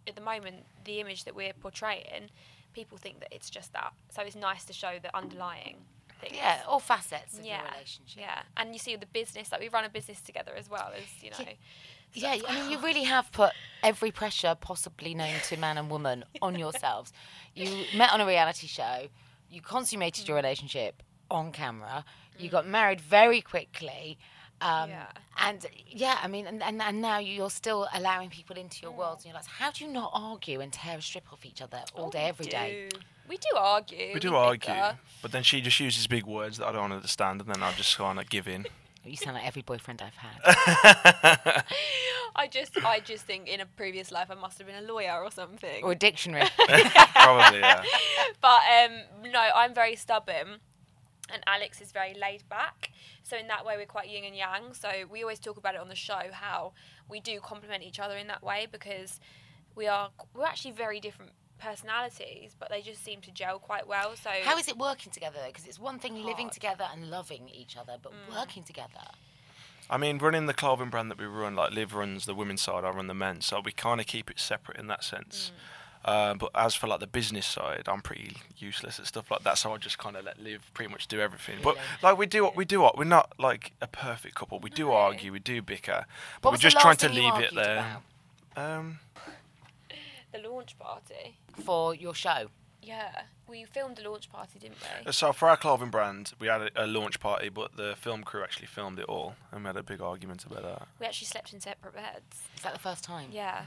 [SPEAKER 3] at the moment, the image that we're portraying, people think that it's just that. So it's nice to show the underlying things
[SPEAKER 1] yeah, all facets of your relationship.
[SPEAKER 3] yeah, and you see the business like we run a business together as well as you know.
[SPEAKER 1] Yeah, I mean, you really have put every pressure possibly known to man and woman on yourselves. You met on a reality show, you consummated your relationship on camera,
[SPEAKER 3] Hmm.
[SPEAKER 1] you got married very quickly. Um,
[SPEAKER 3] Yeah.
[SPEAKER 1] And yeah, I mean, and, and, and now you're still allowing people into your worlds, and you're like, how do you not argue and tear a strip off each other all day, every day?
[SPEAKER 3] do. We do argue.
[SPEAKER 2] We do
[SPEAKER 3] bicker.
[SPEAKER 2] argue, but then she just uses big words that I don't understand, and then I just kind of give in.
[SPEAKER 1] You sound like every boyfriend I've had.
[SPEAKER 3] I just, I just think in a previous life I must have been a lawyer or something.
[SPEAKER 1] or a dictionary.
[SPEAKER 2] Probably, yeah.
[SPEAKER 3] but um, no, I'm very stubborn, and Alex is very laid back. So in that way, we're quite yin and yang. So we always talk about it on the show how we do complement each other in that way because we are we're actually very different personalities, but they just seem to gel quite well. So
[SPEAKER 1] How is it working together, though? Because it's one thing living together and loving each other, but working together.
[SPEAKER 2] I mean, running the clothing brand that we run, like Liv runs the women's side, I run the men's, so we kind of keep it separate in that
[SPEAKER 1] Mm.
[SPEAKER 2] sense. Uh, but as for like the business side, I'm pretty useless at stuff like that, so I just kind of let Liv pretty much do everything. But like we do what we do, what we're not like a perfect couple. We do argue, we do bicker, but we're
[SPEAKER 1] What was the
[SPEAKER 2] just trying
[SPEAKER 1] last
[SPEAKER 2] to
[SPEAKER 1] thing you
[SPEAKER 2] leave it
[SPEAKER 1] argued
[SPEAKER 2] there.
[SPEAKER 1] about?
[SPEAKER 2] Um,
[SPEAKER 3] the launch party.
[SPEAKER 1] for your show.
[SPEAKER 3] Yeah, we filmed a launch party, didn't we?
[SPEAKER 2] So for our clothing brand, we had a, a launch party, but the film crew actually filmed it all, and we had a big argument about that.
[SPEAKER 3] We actually slept in separate beds.
[SPEAKER 1] Is that the first time?
[SPEAKER 3] Yeah,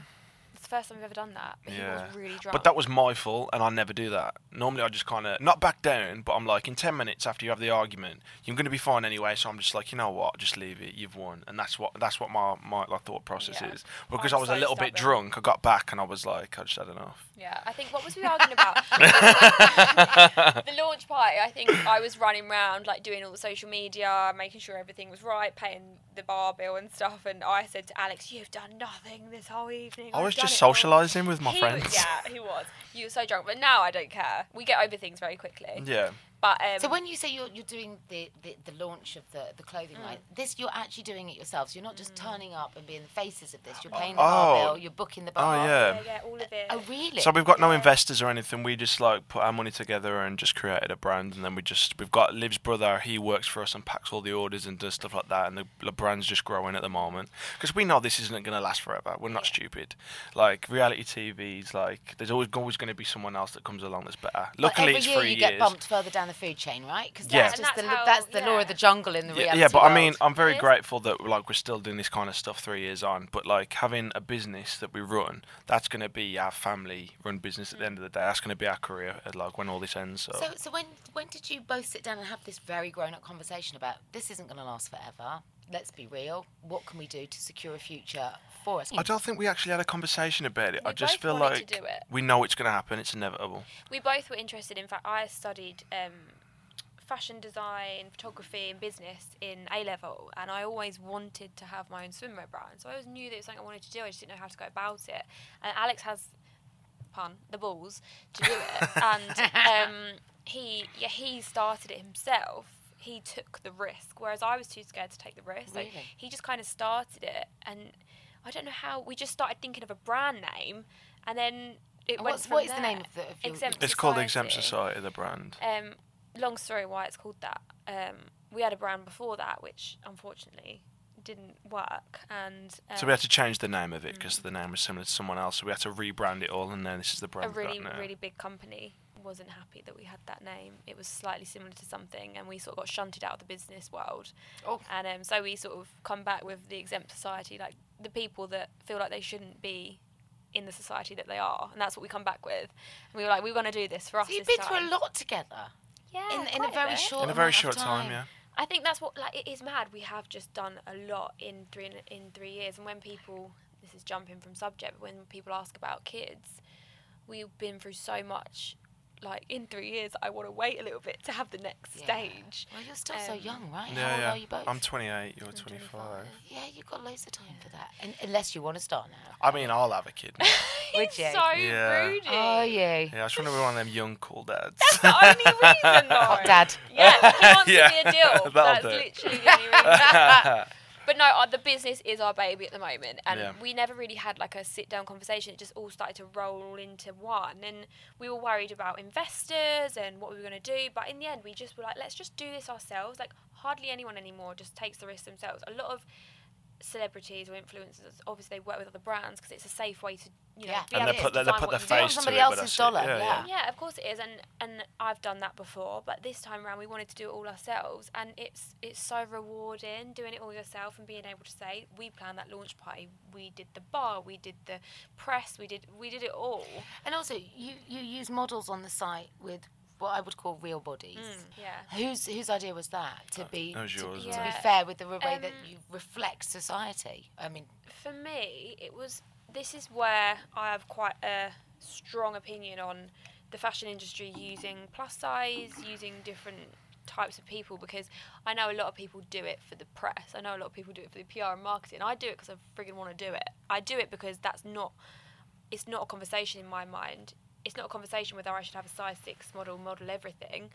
[SPEAKER 3] it's the first time we've ever done that. But he was really drunk.
[SPEAKER 2] But that was my fault, and I never do that. Normally, I just kind of not back down, but I'm like, in ten minutes after you have the argument, you're going to be fine anyway. So I'm just like, you know what? Just leave it. You've won, and that's what that's what my my like, thought process
[SPEAKER 3] Yeah.
[SPEAKER 2] is. Because
[SPEAKER 3] I'm
[SPEAKER 2] I was a
[SPEAKER 3] so
[SPEAKER 2] little bit
[SPEAKER 3] stubborn.
[SPEAKER 2] drunk, I got back, and I was like, I just had enough.
[SPEAKER 3] Yeah, I think what was we arguing about? the launch party. I think I was running around like doing all the social media, making sure everything was right, paying the bar bill and stuff. And I said to Alex, "You've done nothing this whole evening."
[SPEAKER 2] I
[SPEAKER 3] I've
[SPEAKER 2] was
[SPEAKER 3] done
[SPEAKER 2] just
[SPEAKER 3] it all."
[SPEAKER 2] socialising with my
[SPEAKER 3] He was-
[SPEAKER 2] friends.
[SPEAKER 3] yeah, he was. You were so drunk, but now I don't care. We get over things very quickly.
[SPEAKER 2] Yeah.
[SPEAKER 3] But um,
[SPEAKER 1] So when you say you're, you're doing the, the, the launch of the, the clothing line, this you're actually doing it yourselves. You're not just turning up and being the faces of this. You're paying the bar
[SPEAKER 2] Oh.
[SPEAKER 1] bill. You're booking the
[SPEAKER 2] Oh
[SPEAKER 1] bar.
[SPEAKER 2] yeah.
[SPEAKER 3] yeah, yeah, all of it.
[SPEAKER 1] Oh really?
[SPEAKER 2] So we've got no investors or anything. We just like put our money together and just created a brand, and then we just we've got Liv's brother. He works for us and packs all the orders and does stuff like that. And the, the brand's just growing at the moment because we know this isn't going to last forever. We're not stupid. Like reality TV's like there's always always going to be someone else that comes along that's better.
[SPEAKER 1] But
[SPEAKER 2] Luckily,
[SPEAKER 1] every
[SPEAKER 2] it's
[SPEAKER 1] year
[SPEAKER 2] three
[SPEAKER 1] you
[SPEAKER 2] years.
[SPEAKER 1] get bumped further down the food chain, right? Because
[SPEAKER 2] Yeah.
[SPEAKER 1] that's
[SPEAKER 2] And
[SPEAKER 1] just the
[SPEAKER 3] that's how-
[SPEAKER 1] that's the law
[SPEAKER 3] yeah.
[SPEAKER 1] of the jungle in the
[SPEAKER 2] Yeah,
[SPEAKER 1] reality
[SPEAKER 2] yeah, but I
[SPEAKER 1] world.
[SPEAKER 2] mean, I'm very
[SPEAKER 3] Yes.
[SPEAKER 2] grateful that like we're still doing this kind of stuff three years on. But like having a business that we run, that's going to be our family-run business at the end of the day. That's going to be our career. uh, Like when all this ends.
[SPEAKER 1] So, so when when did you both sit down and have this very grown up conversation about this isn't going to last forever? Let's be real. What can we do to secure a future for us?
[SPEAKER 2] I don't think we actually had a conversation about it. I
[SPEAKER 3] We
[SPEAKER 2] just
[SPEAKER 3] both
[SPEAKER 2] feel
[SPEAKER 3] wanted
[SPEAKER 2] like
[SPEAKER 3] to do it.
[SPEAKER 2] we know it's going to happen. It's inevitable.
[SPEAKER 3] we both were interested. In fact, I studied um, fashion design, photography, and business in A level, and I always wanted to have my own swimwear brand. So I always knew that it was something I wanted to do. I just didn't know how to go about it. And Alex has, pun, the balls to do it, and um, he yeah he started it himself. He took the risk, whereas I was too scared to take the risk. So
[SPEAKER 1] Really?
[SPEAKER 3] he just kind of started it, and I don't know how. We just started thinking of a brand name, and then it
[SPEAKER 1] And
[SPEAKER 3] went
[SPEAKER 1] what's-
[SPEAKER 3] from
[SPEAKER 1] what is the
[SPEAKER 3] there.
[SPEAKER 1] name of the- of your-
[SPEAKER 3] Exempt
[SPEAKER 2] It's called the Exempt
[SPEAKER 3] Society.
[SPEAKER 2] Society, the brand.
[SPEAKER 3] Um, long story why it's called that. Um, we had a brand before that, which unfortunately didn't work, and um, mm.
[SPEAKER 2] so we had to change the name of it because the name was similar to someone else. So we had to rebrand it all, and then this is the
[SPEAKER 3] um, a
[SPEAKER 2] brand. we've got
[SPEAKER 3] really
[SPEAKER 2] now.
[SPEAKER 3] really big company wasn't happy that we had that name. It was slightly similar to something, and we sort of got shunted out of the business world.
[SPEAKER 1] Oh.
[SPEAKER 3] And um, so we sort of come back with the exempt society, like the people that feel like they shouldn't be in the society that they are, and that's what we come back with. And we were like, we're going to do this for us.
[SPEAKER 1] So you've
[SPEAKER 3] this
[SPEAKER 1] been through a
[SPEAKER 3] time."
[SPEAKER 1] lot together
[SPEAKER 3] yeah,
[SPEAKER 1] in, in a
[SPEAKER 3] quite
[SPEAKER 1] very
[SPEAKER 3] bit.
[SPEAKER 1] short
[SPEAKER 2] in a very
[SPEAKER 1] amount of
[SPEAKER 2] short time. yeah.
[SPEAKER 3] I think that's what like it is mad. We have just done a lot in three in three years, and when people this is jumping from subject, but when people ask about kids, we've been through so much. Like in three years, I want to wait a little bit to have the next
[SPEAKER 1] Yeah.
[SPEAKER 3] stage.
[SPEAKER 1] Well, you're still so
[SPEAKER 3] Um,
[SPEAKER 1] young, right?
[SPEAKER 2] yeah,
[SPEAKER 1] How old
[SPEAKER 2] yeah.
[SPEAKER 1] are you both?
[SPEAKER 2] I'm 28. You're 25.
[SPEAKER 1] yeah, you've got loads of time for that, and, unless you want to start now.
[SPEAKER 2] I mean, I'll have a kid. now.
[SPEAKER 1] Would you?
[SPEAKER 3] So
[SPEAKER 2] Yeah.
[SPEAKER 3] rude.
[SPEAKER 1] oh yeah.
[SPEAKER 2] yeah, I just want to be one of them young cool dads.
[SPEAKER 3] The only reason, though.
[SPEAKER 1] Hot dad.
[SPEAKER 3] Yeah, he wants
[SPEAKER 2] Yeah,
[SPEAKER 3] to be a
[SPEAKER 2] that'll
[SPEAKER 3] deal. That's
[SPEAKER 2] do it.
[SPEAKER 3] literally the only reason. but no, uh, the business is our baby at the moment, and
[SPEAKER 2] Yeah.
[SPEAKER 3] we never really had like a sit down conversation. It just all started to roll into one, and we were worried about investors and what we were going to do. But in the end, we just were like, let's just do this ourselves. Like hardly anyone anymore just takes the risk themselves. A lot of celebrities or influencers obviously they work with other brands because it's a safe way to you know
[SPEAKER 1] Yeah.
[SPEAKER 3] be
[SPEAKER 1] And
[SPEAKER 3] able
[SPEAKER 1] they
[SPEAKER 3] to
[SPEAKER 1] put
[SPEAKER 2] their- they
[SPEAKER 3] design
[SPEAKER 2] put
[SPEAKER 3] what
[SPEAKER 2] their
[SPEAKER 3] you do.
[SPEAKER 1] You're on
[SPEAKER 2] face to
[SPEAKER 1] somebody
[SPEAKER 2] it, but
[SPEAKER 1] else's
[SPEAKER 2] that's it.
[SPEAKER 1] dollar.
[SPEAKER 2] Yeah,
[SPEAKER 1] Yeah.
[SPEAKER 2] yeah.
[SPEAKER 3] Yeah, of course it is, and and I've done that before, but this time round we wanted to do it all ourselves, and it's it's so rewarding doing it all yourself and being able to say we planned that launch party, we did the bar, we did the press, we did we did it all.
[SPEAKER 1] And also, you you use models on the site with what I would call real bodies.
[SPEAKER 3] Yeah.
[SPEAKER 1] Whose whose idea was that to be
[SPEAKER 2] that was
[SPEAKER 1] to,
[SPEAKER 2] yours,
[SPEAKER 1] to
[SPEAKER 3] wasn't
[SPEAKER 1] be
[SPEAKER 3] it?
[SPEAKER 1] fair with the way that
[SPEAKER 3] Um,
[SPEAKER 1] you reflect society? I mean,
[SPEAKER 3] For me, it was this is where I have quite a strong opinion on the fashion industry using plus size, using different types of people because I know a lot of people do it for the press. I know a lot of people do it for the PR and marketing. I do it because I friggin' want to do it. I do it because that's not it's not a conversation in my mind. It's not a conversation whether I should have a size six model, model everything.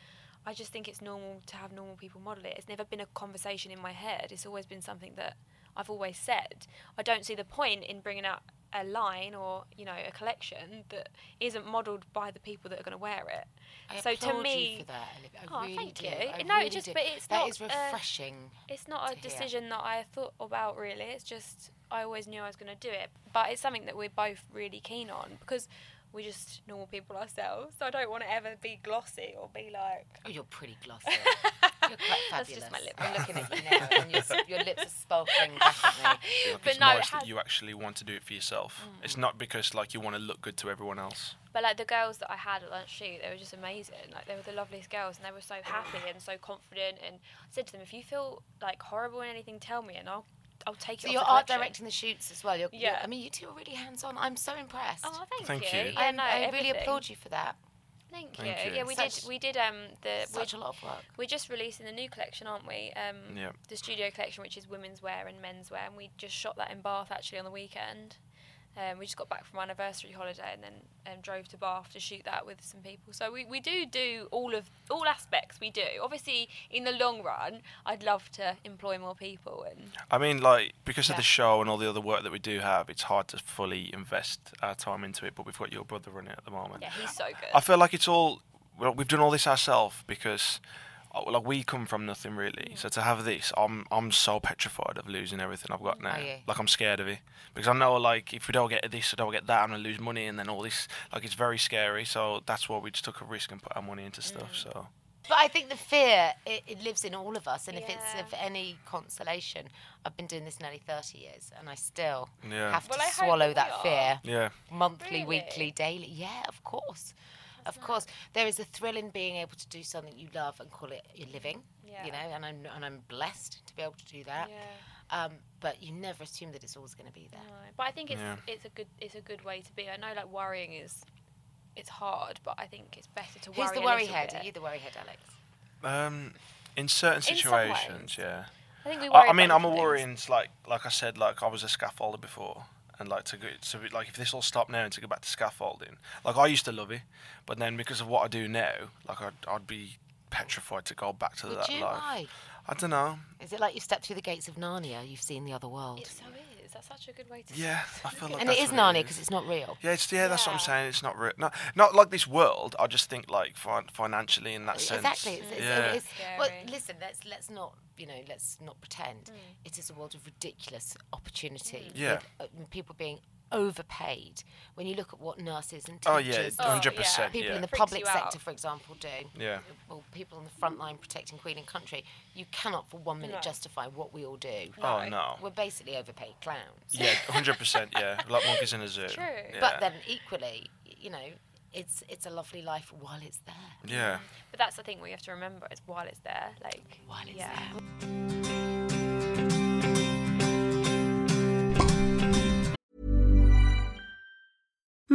[SPEAKER 3] I just think it's normal to have normal people model it. It's never been a conversation in my head. It's always been something that I've always said. I don't see the point in bringing out a line or you know a collection that isn't modelled by the people that are going to wear it.
[SPEAKER 1] I
[SPEAKER 3] so to
[SPEAKER 1] applaud
[SPEAKER 3] me,
[SPEAKER 1] you for that. Olivia. I
[SPEAKER 3] Oh,
[SPEAKER 1] really
[SPEAKER 3] thank
[SPEAKER 1] do.
[SPEAKER 3] you.
[SPEAKER 1] I
[SPEAKER 3] No, it
[SPEAKER 1] really
[SPEAKER 3] just-
[SPEAKER 1] do.
[SPEAKER 3] but it's
[SPEAKER 1] That
[SPEAKER 3] not,
[SPEAKER 1] is
[SPEAKER 3] uh,
[SPEAKER 1] refreshing.
[SPEAKER 3] it's not a
[SPEAKER 1] to hear.
[SPEAKER 3] decision that I thought about really. It's just I always knew I was going to do it, but it's something that we're both really keen on because we're just normal people ourselves. So I don't want to ever be glossy or be like,
[SPEAKER 1] Oh, you're pretty glossy. You're quite
[SPEAKER 3] That's
[SPEAKER 1] fabulous.
[SPEAKER 3] just my lip
[SPEAKER 1] I'm looking at you now, and your, s- your lips are sparkling back at me.
[SPEAKER 2] Like,
[SPEAKER 3] but
[SPEAKER 2] it's
[SPEAKER 3] no, it
[SPEAKER 2] nice
[SPEAKER 3] has,
[SPEAKER 2] that you actually want to do it for yourself.
[SPEAKER 1] Mm.
[SPEAKER 2] It's not because like you want to look good to everyone else.
[SPEAKER 3] But like the girls that I had at that shoot, they were just amazing. Like they were the loveliest girls, and they were so happy and so confident. And I said to them, if you feel like horrible in anything, tell me, and I'll I'll take
[SPEAKER 1] So
[SPEAKER 3] it.
[SPEAKER 1] you're
[SPEAKER 3] off
[SPEAKER 1] art
[SPEAKER 3] the
[SPEAKER 1] directing the shoots as well. You're, yeah.
[SPEAKER 3] Yeah.
[SPEAKER 1] I mean, you two are really hands-on. I'm so impressed.
[SPEAKER 3] Oh, thank,
[SPEAKER 2] Thank
[SPEAKER 3] you.
[SPEAKER 2] you.
[SPEAKER 3] Yeah,
[SPEAKER 1] Um, I-
[SPEAKER 3] no,
[SPEAKER 1] I really
[SPEAKER 3] everything.
[SPEAKER 1] applaud you for that.
[SPEAKER 3] Thank,
[SPEAKER 2] Thank
[SPEAKER 3] you.
[SPEAKER 2] you.
[SPEAKER 3] Yeah, we
[SPEAKER 1] Such-
[SPEAKER 3] did. We did. Um, the we-
[SPEAKER 1] Such a lot of work.
[SPEAKER 3] We're just releasing the new collection, aren't we? Um,
[SPEAKER 2] Yeah.
[SPEAKER 3] The studio collection, which is women's wear and men's wear, and we just shot that in Bath actually on the weekend. Um, we just got back from our anniversary holiday and then um, drove to Bath to shoot that with some people. So we, we do do all of all aspects. We do obviously in the long run. I'd love to employ more people and
[SPEAKER 2] I mean, like because of
[SPEAKER 1] Yeah.
[SPEAKER 2] the show and all the other work that we do have, it's hard to fully invest our time into it. But we've got your brother running it at the moment.
[SPEAKER 3] yeah, he's so good.
[SPEAKER 2] I feel like it's all well, we've done all this ourselves because uh, like we come from nothing really. So to have this, I'm I'm so petrified of losing everything I've got now.
[SPEAKER 1] you?
[SPEAKER 2] Like I'm scared of it because I know like if we don't get this, I don't get that, I'm gonna lose money and then all this. Like it's very scary. So that's why we just took a risk and put our money into stuff. So
[SPEAKER 1] But I think the fear it, it lives in all of us, and if it's
[SPEAKER 3] Yeah.
[SPEAKER 1] of any consolation, I've been doing this nearly thirty years, and I still
[SPEAKER 2] Yeah.
[SPEAKER 1] have
[SPEAKER 3] Well, I
[SPEAKER 1] to
[SPEAKER 3] hope
[SPEAKER 1] swallow
[SPEAKER 3] we
[SPEAKER 1] that
[SPEAKER 3] are.
[SPEAKER 1] fear
[SPEAKER 2] yeah,
[SPEAKER 3] Really?
[SPEAKER 1] monthly, weekly, daily. Yeah, of course, of course. There is a thrill in being able to do something you love and call it your living.
[SPEAKER 3] Yeah.
[SPEAKER 1] You know, and I'm and I'm blessed to be able to do that.
[SPEAKER 3] Yeah.
[SPEAKER 1] Um, but you never assume that it's always going to be there.
[SPEAKER 3] No, but I think it's it's a good it's a good way to be. I know like worrying is it's hard, but I think it's better to worry.
[SPEAKER 1] Who's the
[SPEAKER 3] a
[SPEAKER 1] worry
[SPEAKER 3] little
[SPEAKER 1] head?
[SPEAKER 3] bit.
[SPEAKER 1] Are you the worry head, Alex?
[SPEAKER 2] um, in certain
[SPEAKER 3] some
[SPEAKER 2] situations,
[SPEAKER 3] ways.
[SPEAKER 2] yeah.
[SPEAKER 3] I think we
[SPEAKER 2] I,
[SPEAKER 3] worry
[SPEAKER 2] I
[SPEAKER 3] about
[SPEAKER 2] mean, I'm a
[SPEAKER 3] different things.
[SPEAKER 2] worrying. it's Like, like I said, like I was a scaffolder before, and like to go, so it- like if this all stopped now and to go back to scaffolding, like I used to love it, but then because of what I do now, like I'd, I'd be petrified to go back to
[SPEAKER 1] Would
[SPEAKER 2] that
[SPEAKER 1] you?
[SPEAKER 2] life.
[SPEAKER 1] Why?
[SPEAKER 2] I don't know.
[SPEAKER 1] Is it like you stepped through the gates of Narnia? You've seen the other world,
[SPEAKER 3] It so is. That's such a good way to.
[SPEAKER 2] Yeah, I feel like
[SPEAKER 1] and it
[SPEAKER 2] that's
[SPEAKER 1] is
[SPEAKER 2] what
[SPEAKER 1] Narnia because it's not real.
[SPEAKER 2] Yeah, it's yeah, that's what I'm
[SPEAKER 3] Yeah.
[SPEAKER 2] saying. It's not real. Not, not like this world. I just think like fin- financially in that sense.
[SPEAKER 1] Exactly. It's, it's,
[SPEAKER 2] yeah.
[SPEAKER 1] it's, well,
[SPEAKER 3] Scary. Hmm.
[SPEAKER 1] listen. Let's let's not you know let's not pretend. It is a world of ridiculous opportunity.
[SPEAKER 2] Yeah.
[SPEAKER 1] with, uh, m- people being overpaid. When you look at what nurses and
[SPEAKER 2] oh yeah,
[SPEAKER 1] teachers, and
[SPEAKER 2] hundred percent.
[SPEAKER 1] people in
[SPEAKER 2] Yeah.
[SPEAKER 1] the
[SPEAKER 3] Freaks
[SPEAKER 1] public
[SPEAKER 3] you out.
[SPEAKER 1] sector, for example, do.
[SPEAKER 2] Yeah.
[SPEAKER 1] Well, people on the front line protecting Queen and country. You cannot for one minute
[SPEAKER 3] No.
[SPEAKER 1] justify what we all do.
[SPEAKER 2] Oh no.
[SPEAKER 1] We're basically overpaid clowns.
[SPEAKER 2] Yeah, hundred percent. Yeah, like monkeys in a zoo.
[SPEAKER 3] True.
[SPEAKER 2] Yeah.
[SPEAKER 1] But then equally, y- you know, it's it's a lovely life while it's there.
[SPEAKER 2] yeah.
[SPEAKER 3] But that's the thing we have to remember is while it's there, like.
[SPEAKER 1] While it's
[SPEAKER 3] yeah.
[SPEAKER 1] there.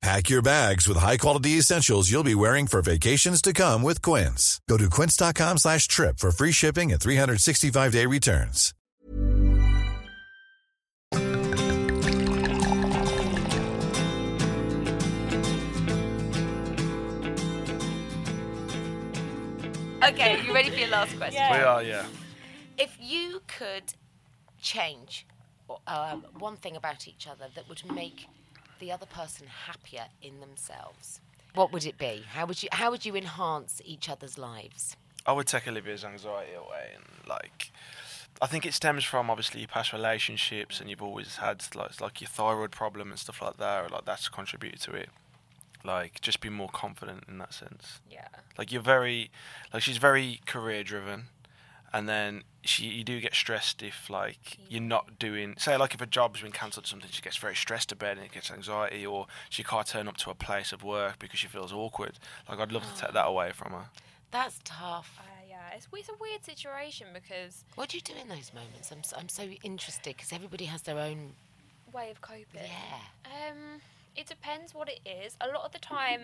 [SPEAKER 4] Pack your bags with high-quality essentials you'll be wearing for vacations to come with Quince. Go to quince.com slash trip for free shipping and 365-day returns.
[SPEAKER 1] Okay, you ready for your last question?
[SPEAKER 2] We are. Yeah.
[SPEAKER 1] If you could change um, one thing about each other that would make the other person happier in themselves, what would it be? How would you How would you enhance each other's lives?
[SPEAKER 2] I would take Olivia's anxiety away and like I think it stems from obviously your past relationships and you've always had like, like your thyroid problem and stuff like that, or like that's contributed to it. Like just be more confident in that sense.
[SPEAKER 3] Yeah.
[SPEAKER 2] Like you're very, like she's very career driven, and then she you do get stressed if like you're not doing. Say like if a job's been cancelled or something, she gets very stressed about it and it gets anxiety, or she can't turn up to a place of work because she feels awkward. Like I'd love to take that away from her.
[SPEAKER 1] That's tough.
[SPEAKER 3] Uh, yeah. It's, it's a weird situation because
[SPEAKER 1] What do you do in those moments? I'm so, I'm so interested because everybody has their own.
[SPEAKER 3] way of coping.
[SPEAKER 1] Yeah.
[SPEAKER 3] Um, it depends what it is. A lot of the time,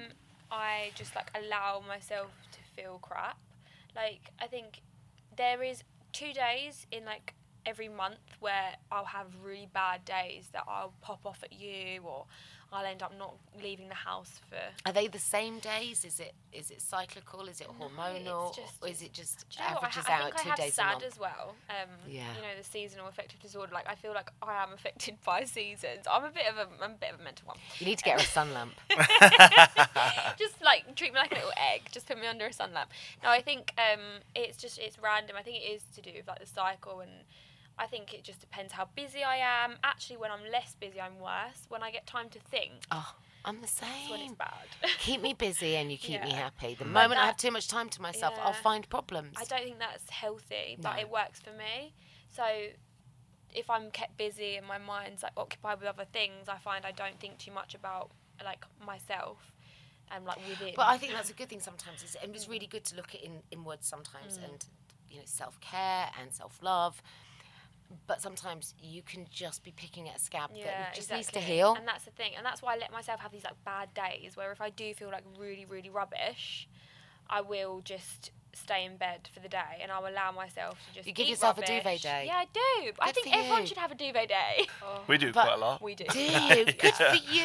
[SPEAKER 3] I just like allow myself to feel crap. Like I think there is two days in like every month where I'll have really bad days that I'll pop off at you, or I'll end up not leaving the house for.
[SPEAKER 1] Are they the same days? Is it is it cyclical? Is it hormonal?
[SPEAKER 3] just-
[SPEAKER 1] or is it just
[SPEAKER 3] Do you know what? I
[SPEAKER 1] averages
[SPEAKER 3] ha- I,
[SPEAKER 1] out
[SPEAKER 3] think
[SPEAKER 1] two
[SPEAKER 3] I have
[SPEAKER 1] days a
[SPEAKER 3] sad
[SPEAKER 1] month?
[SPEAKER 3] as well. Um,
[SPEAKER 1] Yeah.
[SPEAKER 3] You know the seasonal affective disorder. Like I feel like I am affected by seasons. I'm a bit of a, I'm a bit of a mental one.
[SPEAKER 1] You need to get her a sun lamp.
[SPEAKER 3] just like treat me like a little egg. Just put me under a sun lamp. No, I think um, it's just it's random. I think it is to do with like the cycle, and I think it just depends how busy I am. Actually, when I'm less busy, I'm worse. When I get time to think,
[SPEAKER 1] oh, I'm the
[SPEAKER 3] that's when it's
[SPEAKER 1] same.
[SPEAKER 3] bad.
[SPEAKER 1] Keep me busy and you keep me
[SPEAKER 3] Yeah.
[SPEAKER 1] happy. The moment I have
[SPEAKER 3] that-
[SPEAKER 1] too much time to myself, I'll
[SPEAKER 3] Yeah.
[SPEAKER 1] find problems.
[SPEAKER 3] I don't think that's healthy, but
[SPEAKER 1] No.
[SPEAKER 3] it works for me. So if I'm kept busy and my mind's like occupied with other things, I find I don't think too much about like myself and like within.
[SPEAKER 1] But I think that's a good thing sometimes. Is, and it's really good to look at in, inwards sometimes
[SPEAKER 3] Mm.
[SPEAKER 1] and, you know, self care and self love. But sometimes you can just be picking at a scab that just needs to
[SPEAKER 3] exactly.
[SPEAKER 1] heal.
[SPEAKER 3] And that's the thing. And that's why I let myself have these like bad days where if I do feel like really, really rubbish, I will just stay in bed for the day and I'll allow myself to just
[SPEAKER 1] You give
[SPEAKER 3] eat
[SPEAKER 1] yourself a duvet
[SPEAKER 3] rubbish.
[SPEAKER 1] day.
[SPEAKER 3] Yeah, I do. I
[SPEAKER 1] Good
[SPEAKER 3] think
[SPEAKER 1] for
[SPEAKER 3] everyone
[SPEAKER 1] you.
[SPEAKER 3] should have a duvet day. Oh,
[SPEAKER 2] We do
[SPEAKER 1] But
[SPEAKER 2] quite a lot.
[SPEAKER 3] we do.
[SPEAKER 1] Do you? Good for you.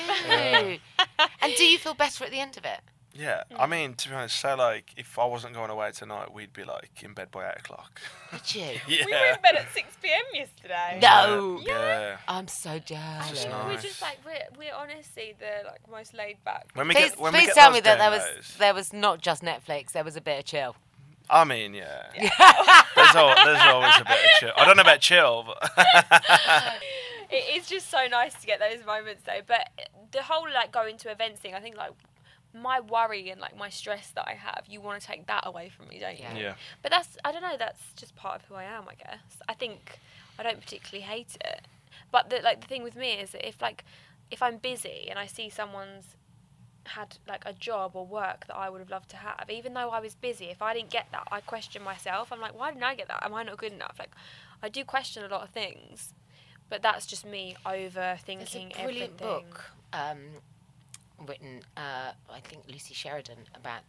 [SPEAKER 1] and do you feel better at the end of it?
[SPEAKER 2] Yeah, I mean, to be honest, say like if I wasn't going away tonight, we'd be like in bed by eight o'clock.
[SPEAKER 1] Would you?
[SPEAKER 2] yeah.
[SPEAKER 3] We were in bed at six PM yesterday.
[SPEAKER 1] No.
[SPEAKER 2] Yeah.
[SPEAKER 1] I'm so jealous.
[SPEAKER 2] It's
[SPEAKER 3] We're
[SPEAKER 2] nice.
[SPEAKER 3] just like we're, we're honestly the like most laid back.
[SPEAKER 2] When we
[SPEAKER 1] Please,
[SPEAKER 2] get, when we
[SPEAKER 1] please
[SPEAKER 2] get
[SPEAKER 1] tell
[SPEAKER 2] those
[SPEAKER 1] me that there was
[SPEAKER 2] demos-
[SPEAKER 1] there was not just Netflix. There was a bit of chill.
[SPEAKER 2] I mean, yeah. there's, al there's always a bit of chill. I don't know about chill, but
[SPEAKER 3] it is just so nice to get those moments though but the whole like going to events thing i think like my worry and like my stress that i have you want to take that away from me don't you
[SPEAKER 1] Yeah.
[SPEAKER 2] yeah.
[SPEAKER 3] but that's i don't know that's just part of who i am i guess i think i don't particularly hate it but the, like the thing with me is that if like if i'm busy and i see someone's had like a job or work that I would have loved to have, even though I was busy. If I didn't get that, I question myself. I'm like, why didn't I get that? Am I not good enough? Like, I do question a lot of things, but that's just me
[SPEAKER 1] There's
[SPEAKER 3] overthinking
[SPEAKER 1] a brilliant
[SPEAKER 3] everything.
[SPEAKER 1] book um, written, uh, I think Lucy Sheridan, about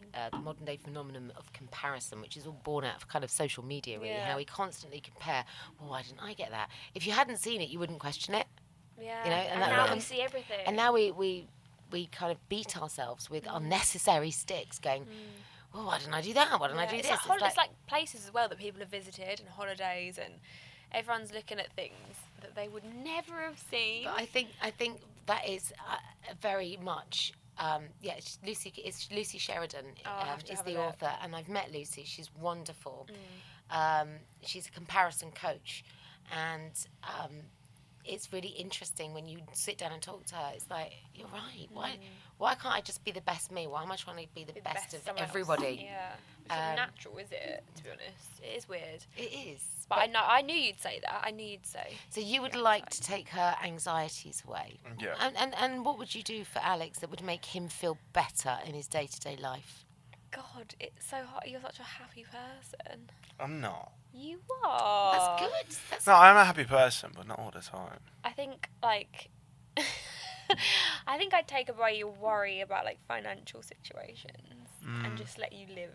[SPEAKER 3] Mm.
[SPEAKER 1] uh, the modern day phenomenon of comparison, which is all born out of kind of social media, really.
[SPEAKER 3] Yeah.
[SPEAKER 1] How we constantly compare. Well, why didn't I get that? If you hadn't seen it, you wouldn't question it.
[SPEAKER 3] Yeah,
[SPEAKER 1] You know, and
[SPEAKER 3] and,
[SPEAKER 1] that-
[SPEAKER 3] now we
[SPEAKER 1] and-
[SPEAKER 3] see everything.
[SPEAKER 1] And now we we we kind of beat ourselves with
[SPEAKER 3] Mm.
[SPEAKER 1] unnecessary sticks, going, "Well, why didn't I do that? Why didn't I
[SPEAKER 3] Yeah,
[SPEAKER 1] do
[SPEAKER 3] it's
[SPEAKER 1] this?"
[SPEAKER 3] Like,
[SPEAKER 1] It's
[SPEAKER 3] hol- it's like places as well that people have visited and holidays, and everyone's looking at things that they would never have seen.
[SPEAKER 1] But I think I think that is uh, very much. Um, yeah, it's Lucy. It's Lucy Sheridan
[SPEAKER 3] Oh, I'll
[SPEAKER 1] um,
[SPEAKER 3] have to
[SPEAKER 1] is
[SPEAKER 3] have a
[SPEAKER 1] the
[SPEAKER 3] look. Mm.
[SPEAKER 1] author, and I've met Lucy. She's wonderful. Um, she's a comparison coach, and um, it's really interesting when you sit down and talk to her. It's like you're right. Why why can't I just be the best me? Why am I trying to be the,
[SPEAKER 3] Mm. Be the
[SPEAKER 1] best, of
[SPEAKER 3] someone else.
[SPEAKER 1] everybody?
[SPEAKER 3] Yeah, it's not
[SPEAKER 1] Um,
[SPEAKER 3] natural, is it? To be honest, it is weird.
[SPEAKER 1] It is.
[SPEAKER 3] But I know I knew you'd say that. I knew you'd say.
[SPEAKER 1] So you would like to take her anxieties away.
[SPEAKER 2] Yeah.
[SPEAKER 1] And, and and what would you do for Alex that would make him feel better in his day to day life?
[SPEAKER 3] God, it's so hot. You're such a happy person.
[SPEAKER 2] I'm not.
[SPEAKER 3] You are.
[SPEAKER 1] That's good. That's
[SPEAKER 2] Uh, No, I'm a happy person, but not all the time.
[SPEAKER 3] I think like I think I'd take away your worry about like financial situations and just let you live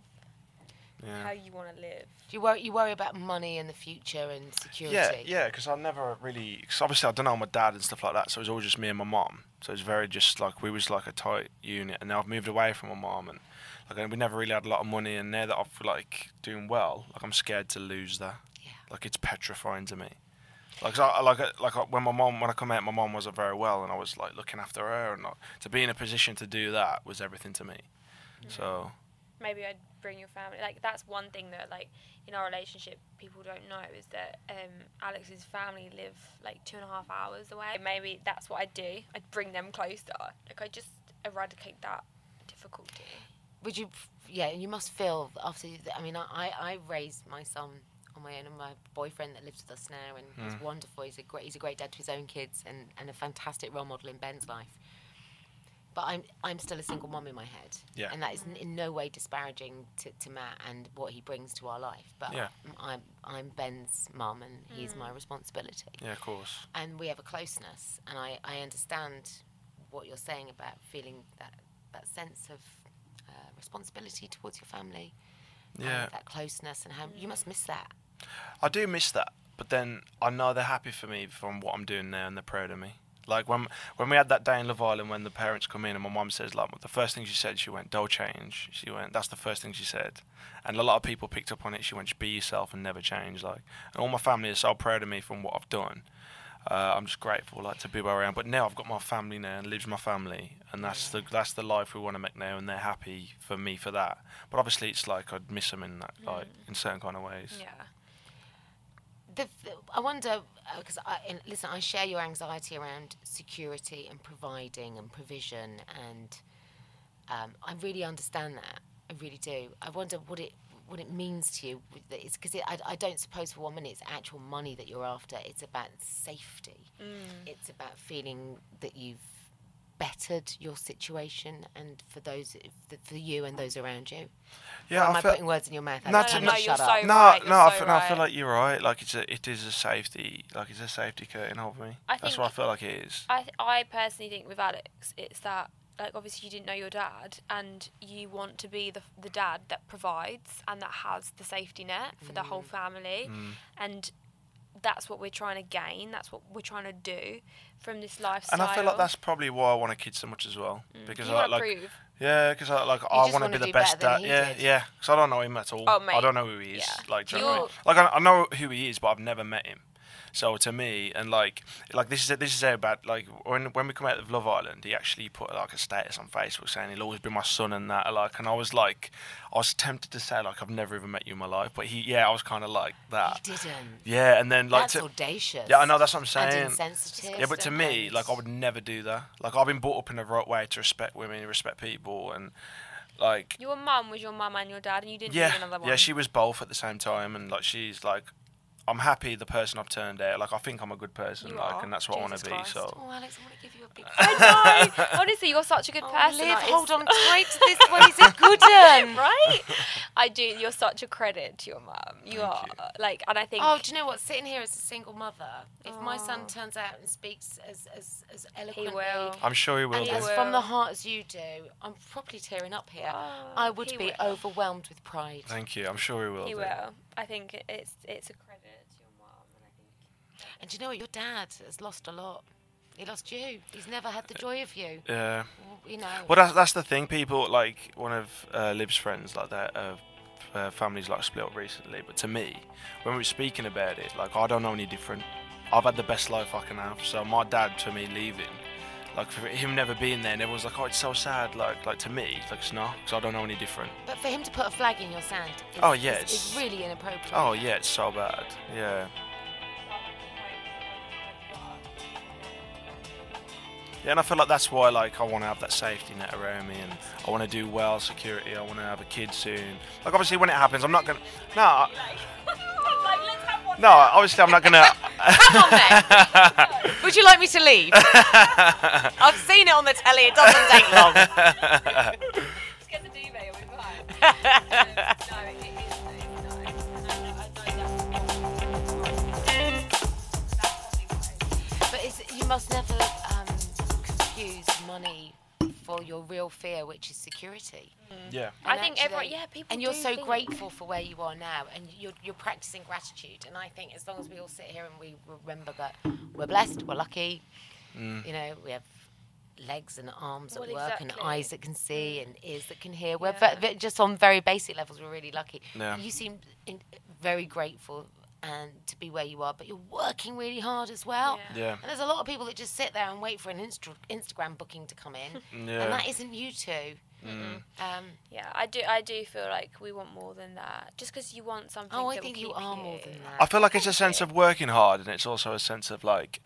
[SPEAKER 3] how
[SPEAKER 2] Yeah.
[SPEAKER 3] you want to live.
[SPEAKER 1] Do you worry you worry about money and the future and security?
[SPEAKER 2] Yeah, yeah, because I never really. Cause obviously, I don't know my dad and stuff like that, so it was all just me and my mom. So it was very just like we was like a tight unit, and now I've moved away from my mom, and like we never really had a lot of money. And now that I've like doing well, like I'm scared to lose that.
[SPEAKER 1] Yeah.
[SPEAKER 2] Like it's petrifying to me. Like 'cause I, I- like I- like I- when my mom when I come out, my mom wasn't very well, and I was like looking after her, and like, to be in a position to do that was everything to me. So
[SPEAKER 3] maybe I'd bring your family. Like that's one thing that like in our relationship people don't know is that um, Alex's family live like two and a half hours away. Maybe that's what I'd do. I'd bring them closer. Like I just eradicate that difficulty.
[SPEAKER 1] Would you? Yeah, you must feel after. I mean, I, I, I raised my son on my own, and my boyfriend that lives with us now, and
[SPEAKER 2] Hmm.
[SPEAKER 1] he's wonderful. He's a great, he's a great dad to his own kids, and, and a fantastic role model in Ben's life. But I'm, I'm still a single mom in my head,
[SPEAKER 2] Yeah.
[SPEAKER 1] and that is n- in no way disparaging to, to Matt and what he brings to our life. But
[SPEAKER 2] Yeah.
[SPEAKER 1] I'm, I'm Ben's mum, and he's my responsibility
[SPEAKER 2] Yeah, of course.
[SPEAKER 1] and we have a closeness and I, I understand what you're saying about feeling that that sense of uh, responsibility towards your family and
[SPEAKER 2] Yeah.
[SPEAKER 1] that closeness and how you must miss that
[SPEAKER 2] I do miss that, but then I know they're happy for me from what I'm doing now, and they're proud of me. Like when when we had that day in Love Island, when the parents come in, and my mum says, like the first thing she said, she went, "Don't change." She went, "That's the first thing she said," and a lot of people picked up on it. She went, "Just be yourself and never change." Like, and all my family is so proud of me from what I've done. Uh, I'm just grateful, like to be where I am. But now I've got my family now and lives my family, and that's the that's the life we want to make now, and they're happy for me for that. But obviously, it's like I'd miss them in that, like in certain kind of ways.
[SPEAKER 3] Yeah.
[SPEAKER 1] the, the, I wonder because I and listen. I share your anxiety around security and providing and provision, and um, I really understand that. I really do. I wonder what it what it means to you. with the- It's because it, I, I don't suppose for one minute it's actual money that you're after. It's about safety. It's about feeling that you've bettered your situation, and for those for you and those around you.
[SPEAKER 2] Yeah,
[SPEAKER 1] Am
[SPEAKER 2] I
[SPEAKER 1] I
[SPEAKER 2] feel-
[SPEAKER 1] putting words in your mouth?
[SPEAKER 2] No,
[SPEAKER 1] Alex?
[SPEAKER 2] no,
[SPEAKER 1] I'm
[SPEAKER 2] no,
[SPEAKER 1] not
[SPEAKER 3] you're
[SPEAKER 1] shut up.
[SPEAKER 3] so
[SPEAKER 2] no,
[SPEAKER 3] right,
[SPEAKER 2] no,
[SPEAKER 3] you're
[SPEAKER 2] I
[SPEAKER 3] so
[SPEAKER 2] feel, no, I feel
[SPEAKER 3] right.
[SPEAKER 2] like you're right. Like it's a, it is a safety, like it's a safety curtain over me.
[SPEAKER 3] I
[SPEAKER 2] That's
[SPEAKER 3] think-
[SPEAKER 2] what I feel like it is.
[SPEAKER 3] I, th- I personally think with Alex, it's that like obviously you didn't know your dad, and you want to be the the dad that provides and that has the safety net for the
[SPEAKER 2] Mm.
[SPEAKER 3] whole family, and that's what we're trying to gain. That's what we're trying to do from this
[SPEAKER 2] And
[SPEAKER 3] lifestyle.
[SPEAKER 2] I feel like that's probably why I want a kid so much as well, because
[SPEAKER 3] Mm. You
[SPEAKER 2] I
[SPEAKER 3] wanna
[SPEAKER 2] like,
[SPEAKER 3] prove.
[SPEAKER 2] yeah, because I like I
[SPEAKER 1] just
[SPEAKER 2] want to
[SPEAKER 1] wanna
[SPEAKER 2] be the
[SPEAKER 1] do
[SPEAKER 2] best
[SPEAKER 1] better
[SPEAKER 2] dad.
[SPEAKER 1] than he
[SPEAKER 2] Yeah,
[SPEAKER 1] did.
[SPEAKER 2] yeah, because I don't know him at all.
[SPEAKER 3] Oh,
[SPEAKER 2] I
[SPEAKER 3] mate.
[SPEAKER 2] don't know who he is.
[SPEAKER 3] Yeah.
[SPEAKER 2] Like, do you know what I mean?
[SPEAKER 3] You're-
[SPEAKER 2] like I, I know who he is, but I've never met him. So to me, and like, like this is this is about like when when we come out of Love Island, he actually put like a status on Facebook saying he'll always be my son and that. Like, and I was like, I was tempted to say like I've never even met you in my life, but he, yeah, I was kind of like that.
[SPEAKER 1] He didn't.
[SPEAKER 2] Yeah, and then like
[SPEAKER 1] That's
[SPEAKER 2] to-
[SPEAKER 1] audacious.
[SPEAKER 2] Yeah, I know that's what I'm
[SPEAKER 1] And
[SPEAKER 2] saying.
[SPEAKER 1] insensitive.
[SPEAKER 2] Yeah, but to me, like I would never do that. Like I've been brought up in the right way to respect women, respect people, and like
[SPEAKER 3] your mum was your mum and your dad, and you didn't need another
[SPEAKER 2] yeah,
[SPEAKER 3] one.
[SPEAKER 2] yeah, she was both at the same time, and like she's like, I'm happy the person I've turned out. Like I think I'm a good person,
[SPEAKER 3] You
[SPEAKER 2] like,
[SPEAKER 3] are.
[SPEAKER 2] and that's what I
[SPEAKER 3] Jesus
[SPEAKER 2] want to be.
[SPEAKER 3] Christ.
[SPEAKER 2] So
[SPEAKER 1] Oh, Alex, I want to give you a big
[SPEAKER 3] I know. Honestly, you're such a
[SPEAKER 2] Oh,
[SPEAKER 3] good person.
[SPEAKER 1] Liv,
[SPEAKER 3] like, it's-
[SPEAKER 1] hold on tight to this one. He's a good one.
[SPEAKER 3] right? I do. You're such a credit to your mum. You are like, and I think
[SPEAKER 1] Oh, do you know what? Sitting here as a single mother, if my son turns out and speaks as as, as eloquently
[SPEAKER 3] will.
[SPEAKER 2] I'm sure he will.
[SPEAKER 1] and
[SPEAKER 2] do.
[SPEAKER 1] as from the heart as you do, I'm probably tearing up here. I would
[SPEAKER 3] he
[SPEAKER 1] be
[SPEAKER 3] will.
[SPEAKER 1] overwhelmed with pride.
[SPEAKER 2] Thank you. I'm sure he will.
[SPEAKER 3] he
[SPEAKER 2] do.
[SPEAKER 3] will. I think it- it's it's a credit to your mum, and I think.
[SPEAKER 1] And do you know what? Your dad has lost a lot. He lost you. He's never had the joy of you.
[SPEAKER 2] Yeah.
[SPEAKER 1] You know.
[SPEAKER 2] Well, that's that's the thing. People like one of uh, Liv's friends, like their uh, uh, families, like split up recently. But to me, when we were speaking about it, like I don't know any different. I've had the best life I can have. So my dad, to me, leaving, like for him never being there, and everyone's like, "Oh, it's so sad." Like, like to me, like it's not, because I don't know any different.
[SPEAKER 1] but for him to put a flag in your sand is,
[SPEAKER 2] Oh, yeah,
[SPEAKER 1] is, is
[SPEAKER 2] it's-
[SPEAKER 1] really inappropriate.
[SPEAKER 2] Oh yeah, it's so bad. Yeah. Yeah, and I feel like that's why like I want to have that safety net around me, and I want to do well, security. I want to have a kid soon. Like obviously, when it happens, I'm not gonna. No, I-
[SPEAKER 3] like, let's have one.
[SPEAKER 2] no. Obviously, I'm not gonna.
[SPEAKER 1] Come on then. Would you like me to leave? I've seen it on the telly. It doesn't take long.
[SPEAKER 3] Let's get the duvet or we're fine. no, it is.
[SPEAKER 1] But is, you must never um, confuse money for your real fear, which is security.
[SPEAKER 2] yeah.
[SPEAKER 3] I
[SPEAKER 1] And
[SPEAKER 3] think everyone-
[SPEAKER 1] actually-
[SPEAKER 3] yeah, people
[SPEAKER 1] And you're
[SPEAKER 3] do
[SPEAKER 1] so
[SPEAKER 3] think-
[SPEAKER 1] grateful for where you are now, and you're you're practicing gratitude. And I think as long as we all sit here and we remember that we're blessed, we're lucky,
[SPEAKER 2] Mm.
[SPEAKER 1] you know, we have legs and arms at
[SPEAKER 3] Well,
[SPEAKER 1] work and
[SPEAKER 3] exactly. Mm.
[SPEAKER 1] eyes that can see and ears that can hear we're ve- ve- just on very basic levels we're really lucky
[SPEAKER 2] Yeah.
[SPEAKER 1] you seem in, very grateful and to be where you are but you're working really hard as well
[SPEAKER 3] Yeah.
[SPEAKER 2] Yeah.
[SPEAKER 1] and there's a lot of people that just sit there and wait for an Insta- Instagram booking to come in,
[SPEAKER 2] Yeah. Mm.
[SPEAKER 1] and that isn't you two. Um,
[SPEAKER 3] Yeah, I do. I do feel like we want more than that. Just because you want something.
[SPEAKER 1] oh, I
[SPEAKER 3] that will
[SPEAKER 1] think you
[SPEAKER 3] keep
[SPEAKER 1] are more than that.
[SPEAKER 2] I feel like it's a sense of working hard, and it's also a sense of like,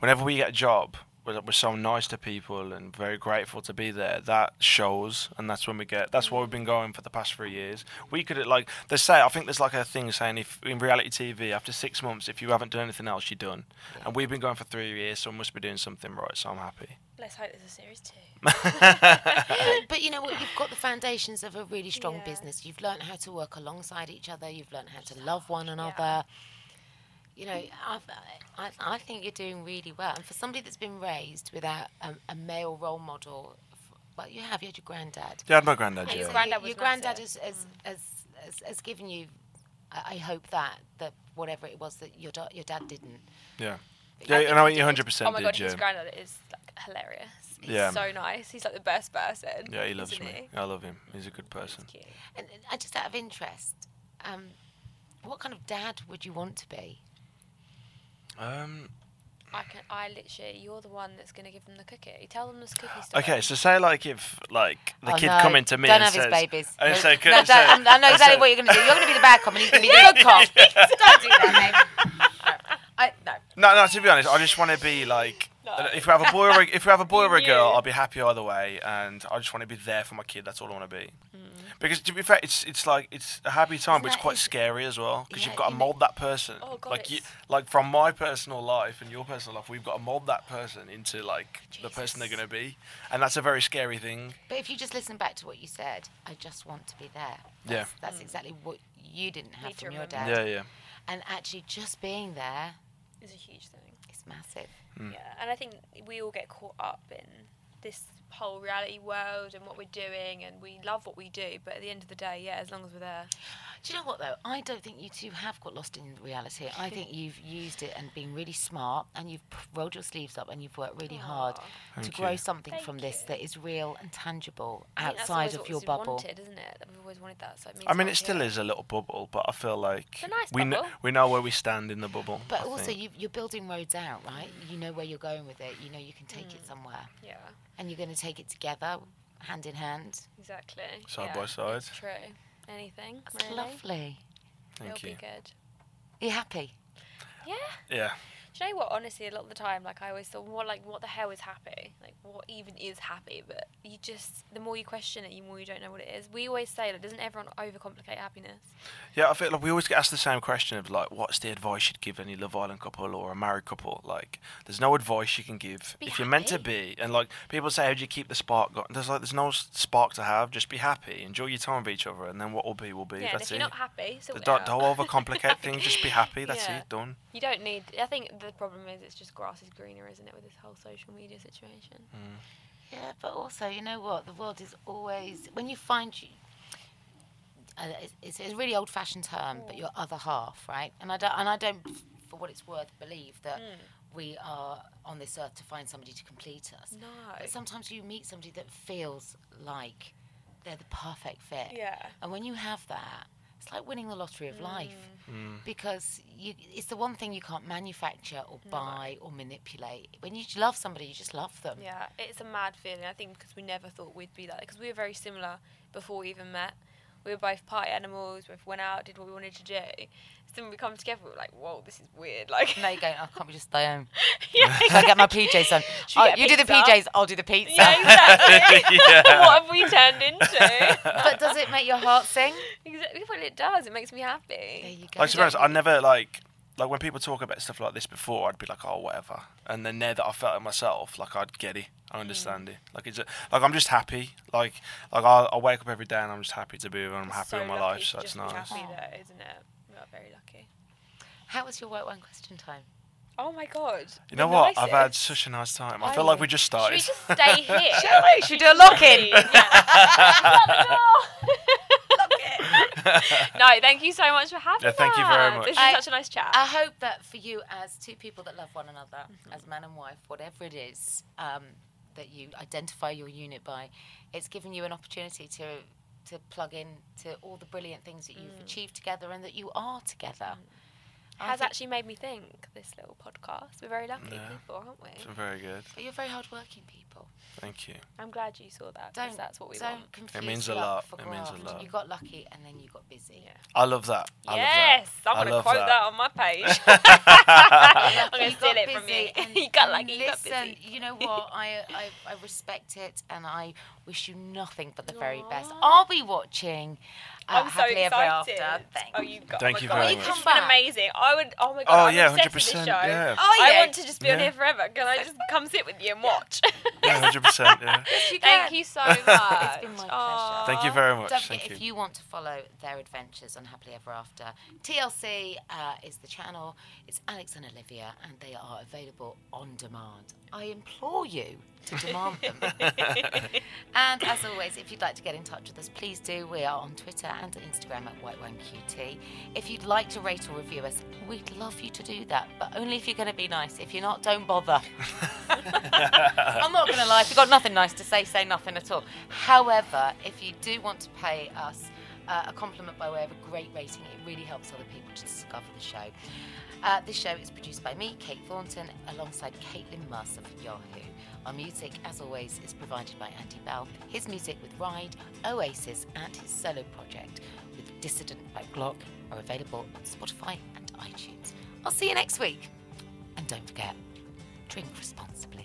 [SPEAKER 2] whenever we get a job, we're, we're so nice to people and very grateful to be there. That shows, and that's when we get. That's why we've been going for the past three years. We could like they say. I think there's like a thing saying if in reality TV, after six months, if you haven't done anything else, you're done. And we've been going for three years, so I must be doing something right. So I'm happy.
[SPEAKER 3] Let's hope there's a series two.
[SPEAKER 1] but you know what? You've got the foundations of a really strong
[SPEAKER 3] Yeah.
[SPEAKER 1] business. You've learned how to work alongside each other. You've learned how to love one another. You know, I've, I, I think you're doing really well. And for somebody that's been raised without um, a male role model, f- well, you have. You had your granddad.
[SPEAKER 2] Yeah, I had my granddad.
[SPEAKER 1] And
[SPEAKER 2] Yeah.
[SPEAKER 1] so
[SPEAKER 3] granddad
[SPEAKER 1] your
[SPEAKER 3] was
[SPEAKER 1] granddad has,
[SPEAKER 3] massive. Mm.
[SPEAKER 1] has, has, has, has given you, I, I hope that that whatever it was that your da- your dad didn't.
[SPEAKER 2] Yeah.
[SPEAKER 1] I
[SPEAKER 2] Yeah,
[SPEAKER 1] think
[SPEAKER 2] and I
[SPEAKER 1] you did.
[SPEAKER 2] 100%
[SPEAKER 3] Oh my god,
[SPEAKER 2] did,
[SPEAKER 3] his
[SPEAKER 2] yeah.
[SPEAKER 3] granddad is like hilarious. He's
[SPEAKER 2] Yeah.
[SPEAKER 3] so nice. He's like the best person.
[SPEAKER 2] Yeah, he loves
[SPEAKER 3] isn't
[SPEAKER 2] me. I love him. He's a good person.
[SPEAKER 3] He? Cute.
[SPEAKER 1] And, and I just out of interest, um, what kind of dad would you want to be?
[SPEAKER 2] Um,
[SPEAKER 3] I can. I literally. You're the one that's gonna give them the cookie. Tell them this cookie story.
[SPEAKER 2] okay, so say like if like the
[SPEAKER 1] Oh,
[SPEAKER 2] kid
[SPEAKER 1] no,
[SPEAKER 2] come into me
[SPEAKER 1] don't
[SPEAKER 2] and
[SPEAKER 1] have
[SPEAKER 2] says, Oh,
[SPEAKER 1] his babies.
[SPEAKER 2] and
[SPEAKER 1] No,
[SPEAKER 2] say,
[SPEAKER 1] no,
[SPEAKER 2] "Can-
[SPEAKER 1] don't-
[SPEAKER 2] say-
[SPEAKER 1] I know
[SPEAKER 2] and
[SPEAKER 1] exactly
[SPEAKER 2] say-
[SPEAKER 1] what you're going to do. You're going to be the bad cop, and he's going to be the good cop. don't do that, mate.
[SPEAKER 3] I, no.
[SPEAKER 2] No, no. To be honest, I just want to be like, uh, if we have a boy or a, if we have a boy or a girl,
[SPEAKER 3] You.
[SPEAKER 2] I'll be happy either way, and I just want to be there for my kid. That's all I want to be.
[SPEAKER 1] Hmm.
[SPEAKER 2] Because to be fair, it's it's like it's a happy time, but it's
[SPEAKER 1] that-
[SPEAKER 2] quite
[SPEAKER 1] is-
[SPEAKER 2] scary as well. Because
[SPEAKER 1] Yeah,
[SPEAKER 2] you've got to
[SPEAKER 1] you know-
[SPEAKER 2] mold that person.
[SPEAKER 3] Oh, God,
[SPEAKER 2] like you,
[SPEAKER 3] it's-
[SPEAKER 2] like from my personal life and your personal life, we've got to mold that person into like the person they're gonna be, and that's a very scary thing.
[SPEAKER 1] But if you just listen back to what you said, I just want to be there. That's,
[SPEAKER 2] Yeah.
[SPEAKER 1] that's exactly what you didn't have
[SPEAKER 3] Hmm. Need to
[SPEAKER 1] from your
[SPEAKER 3] remember.
[SPEAKER 1] dad.
[SPEAKER 2] Yeah, yeah.
[SPEAKER 1] And actually, just being there
[SPEAKER 3] It's a huge thing.
[SPEAKER 1] is massive.
[SPEAKER 3] Yeah, and I think we all get caught up in this whole reality world and what we're doing, and we love what we do. But at the end of the day, yeah, as long as we're there,
[SPEAKER 1] Do you know what though? I don't think you two have got lost in reality. I think you've used it and been really smart, and you've p- rolled your sleeves up and you've worked really hard to grow something from this that is real and tangible
[SPEAKER 3] I think that's
[SPEAKER 1] outside
[SPEAKER 3] always
[SPEAKER 1] of
[SPEAKER 3] what
[SPEAKER 1] your
[SPEAKER 3] we
[SPEAKER 1] bubble.
[SPEAKER 3] wanted, isn't it? That We've always wanted that. So it means
[SPEAKER 2] I mean,
[SPEAKER 3] we're
[SPEAKER 2] it still
[SPEAKER 3] here.
[SPEAKER 2] is a little bubble, but I feel like
[SPEAKER 3] a nice
[SPEAKER 2] we know
[SPEAKER 3] bubble.
[SPEAKER 2] we know where we stand in the bubble.
[SPEAKER 1] But
[SPEAKER 2] I
[SPEAKER 1] also,
[SPEAKER 2] think.
[SPEAKER 1] you, you're building roads out, right?
[SPEAKER 3] Mm.
[SPEAKER 1] You know where you're going with it. You know you can take it somewhere,
[SPEAKER 3] Yeah,
[SPEAKER 1] and you're going to take it together, hand in hand.
[SPEAKER 3] exactly.
[SPEAKER 2] Side
[SPEAKER 3] yeah,
[SPEAKER 2] by side.
[SPEAKER 3] It's true. Anything?
[SPEAKER 1] That's
[SPEAKER 3] really.
[SPEAKER 1] lovely.
[SPEAKER 2] Thank
[SPEAKER 3] It'll
[SPEAKER 2] you.
[SPEAKER 3] be good.
[SPEAKER 1] Are you happy?
[SPEAKER 3] Yeah.
[SPEAKER 2] Yeah.
[SPEAKER 3] Do you know what? Honestly, a lot of the time, like I always thought, what like what the hell is happy? Like what even is happy? But you just the more you question it, the more you don't know what it is. We always say that doesn't everyone overcomplicate happiness?
[SPEAKER 2] Yeah, I feel like we always get asked the same question of like, what's the advice you'd give any Love Island couple or a married couple? Like, there's no advice you can give
[SPEAKER 1] Be
[SPEAKER 2] if you're meant to
[SPEAKER 1] happy.
[SPEAKER 2] be. And like, people say, how do you keep the spark going? There's like, there's no s- spark to have. Just be happy, enjoy your time with each other, and then what will be will be.
[SPEAKER 3] yeah. And
[SPEAKER 2] that's
[SPEAKER 3] if you're
[SPEAKER 2] it.
[SPEAKER 3] not happy, so
[SPEAKER 2] Don't, don't overcomplicate things. Just be happy. That's
[SPEAKER 3] Yeah.
[SPEAKER 2] it. Done.
[SPEAKER 3] You don't need. I think the problem is it's just grass is greener, isn't it, with this whole social media situation?
[SPEAKER 2] Hmm.
[SPEAKER 1] Yeah, but also, you know what? The world is always when you find you. Uh, it's- it's, it's a really old-fashioned term,
[SPEAKER 3] Mm.
[SPEAKER 1] but your other half, right? And I don't, and I don't, for what it's worth, believe that
[SPEAKER 3] Mm.
[SPEAKER 1] we are on this earth to find somebody to complete us.
[SPEAKER 3] No.
[SPEAKER 1] But sometimes you meet somebody that feels like they're the perfect fit.
[SPEAKER 3] Yeah.
[SPEAKER 1] And when you have that, it's like winning the lottery of life
[SPEAKER 3] Mm.
[SPEAKER 1] because you, it's the one thing you can't manufacture or buy or manipulate. When you love somebody, you just love them.
[SPEAKER 3] Yeah, it's a mad feeling. I think because we never thought we'd be that. Because we were very similar before we even met. We were both party animals. We both went out, did what we wanted to do. So then we come together. We were like, whoa, this is weird. Like,
[SPEAKER 1] No, you go, oh, can't we just stay home?
[SPEAKER 3] yeah,
[SPEAKER 1] Should I get my PJs on?
[SPEAKER 3] Should we
[SPEAKER 1] Oh,
[SPEAKER 3] get
[SPEAKER 1] you do the
[SPEAKER 3] pizza?
[SPEAKER 1] PJs, I'll do the pizza.
[SPEAKER 3] yeah, exactly. what have we turned into?
[SPEAKER 1] but does it make your heart sing?
[SPEAKER 3] exactly. Well, it does. It makes me
[SPEAKER 1] There
[SPEAKER 3] happy.
[SPEAKER 1] you go.
[SPEAKER 2] Like, to be honest, I never like like when people talk about stuff like this before, I'd be like, oh, whatever. And then now that I felt it myself, like I'd get it,
[SPEAKER 3] Mm.
[SPEAKER 2] I understand it. Like it's a, like I'm just happy. Like like I, I wake up every day and I'm just happy to be with her. I'm happy
[SPEAKER 3] So
[SPEAKER 2] with my
[SPEAKER 3] lucky
[SPEAKER 2] life,
[SPEAKER 3] to
[SPEAKER 2] so
[SPEAKER 3] just
[SPEAKER 2] that's
[SPEAKER 3] be
[SPEAKER 2] nice.
[SPEAKER 3] Happy though, isn't it? We are very lucky.
[SPEAKER 1] How was your white wine question time?
[SPEAKER 3] Oh my god.
[SPEAKER 2] You know
[SPEAKER 3] the
[SPEAKER 2] what? I've had
[SPEAKER 3] nicest.
[SPEAKER 2] such a nice time. I feel like we just
[SPEAKER 3] Oh. Should we
[SPEAKER 2] started.
[SPEAKER 3] just stay here?
[SPEAKER 1] Shall we? Should we do a lock-in?
[SPEAKER 3] Yeah. Shut the door. no, thank you so much for having
[SPEAKER 2] Yeah,
[SPEAKER 3] us.
[SPEAKER 2] thank you very much.
[SPEAKER 3] This is
[SPEAKER 1] I-
[SPEAKER 3] such a nice chat.
[SPEAKER 1] I hope that for you, as two people that love one another, as man and wife, whatever it is um, that you identify your unit by, it's given you an opportunity to Mm. to plug in to all the brilliant things that you've achieved together and that you are together. I
[SPEAKER 3] has
[SPEAKER 1] think-
[SPEAKER 3] actually made me think. This little podcast, we're very lucky people, aren't we?
[SPEAKER 2] It's very good.
[SPEAKER 1] But you're very hardworking people.
[SPEAKER 2] Thank you.
[SPEAKER 3] I'm glad you saw that. 'cause
[SPEAKER 1] Don't
[SPEAKER 3] that's what we
[SPEAKER 1] don't
[SPEAKER 3] want.
[SPEAKER 1] confuse
[SPEAKER 2] means a lot.
[SPEAKER 1] luck For
[SPEAKER 2] It means a
[SPEAKER 1] graft.
[SPEAKER 2] lot.
[SPEAKER 1] You got lucky and then you got busy.
[SPEAKER 3] Yeah.
[SPEAKER 2] I love that. I love that.
[SPEAKER 3] Yes, I'm
[SPEAKER 2] I
[SPEAKER 3] gonna
[SPEAKER 2] love
[SPEAKER 3] quote that.
[SPEAKER 2] that.
[SPEAKER 3] on my page.
[SPEAKER 1] I'm
[SPEAKER 3] gonna steal it from you. You got lucky, you got busy.
[SPEAKER 1] you know what? I, I I respect it, and I wish you nothing but the very best. I'll be watching. Uh,
[SPEAKER 3] I'm so
[SPEAKER 1] Happily
[SPEAKER 3] excited.
[SPEAKER 1] Ever After. Thank
[SPEAKER 3] oh, you got.
[SPEAKER 2] Thank
[SPEAKER 3] oh my
[SPEAKER 2] you
[SPEAKER 3] God,
[SPEAKER 2] very
[SPEAKER 3] this
[SPEAKER 2] much.
[SPEAKER 3] has
[SPEAKER 1] Come
[SPEAKER 3] been
[SPEAKER 1] back.
[SPEAKER 3] amazing. I would. Oh my
[SPEAKER 2] Oh,
[SPEAKER 3] god.
[SPEAKER 2] yeah,
[SPEAKER 3] I'm obsessed with this
[SPEAKER 2] 100%,
[SPEAKER 3] show.
[SPEAKER 2] yeah.
[SPEAKER 1] Oh,
[SPEAKER 3] I
[SPEAKER 1] yeah.
[SPEAKER 3] want to just be on
[SPEAKER 2] Yeah.
[SPEAKER 3] here forever. Can I just come sit with you and watch?
[SPEAKER 2] Yeah, hundred percent. Yeah.
[SPEAKER 1] you.
[SPEAKER 3] Thank you so much.
[SPEAKER 1] It's been my pleasure.
[SPEAKER 3] Aw.
[SPEAKER 2] Thank you very much.
[SPEAKER 1] Don't
[SPEAKER 2] Thank
[SPEAKER 1] forget, if
[SPEAKER 2] you.
[SPEAKER 1] you want to follow their adventures on Happily Ever After, TLC uh, is the channel. It's Alex and Olivia, and they are available on demand. I implore you to demand them. and as always, if you'd like to get in touch with us, please do. We are on Twitter and Instagram at WhiteWineQT. If you'd like to rate or review us, we'd love you to do that, but only if you're going to be nice. If you're not, don't bother. I'm not going to lie, if you've got nothing nice to say, say nothing at all. However, if you do want to pay us uh, a compliment by way of a great rating, it really helps other people to discover the show. Uh, this show is produced by me, Kate Thornton, alongside Caitlin Mercer of Yahoo. Our music, as always, is provided by Andy Bell, his music with Ride, Oasis, and his solo project with Dissident by Glock are available on Spotify and iTunes. I'll see you next week. And don't forget, drink responsibly.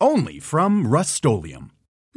[SPEAKER 5] Only from Rust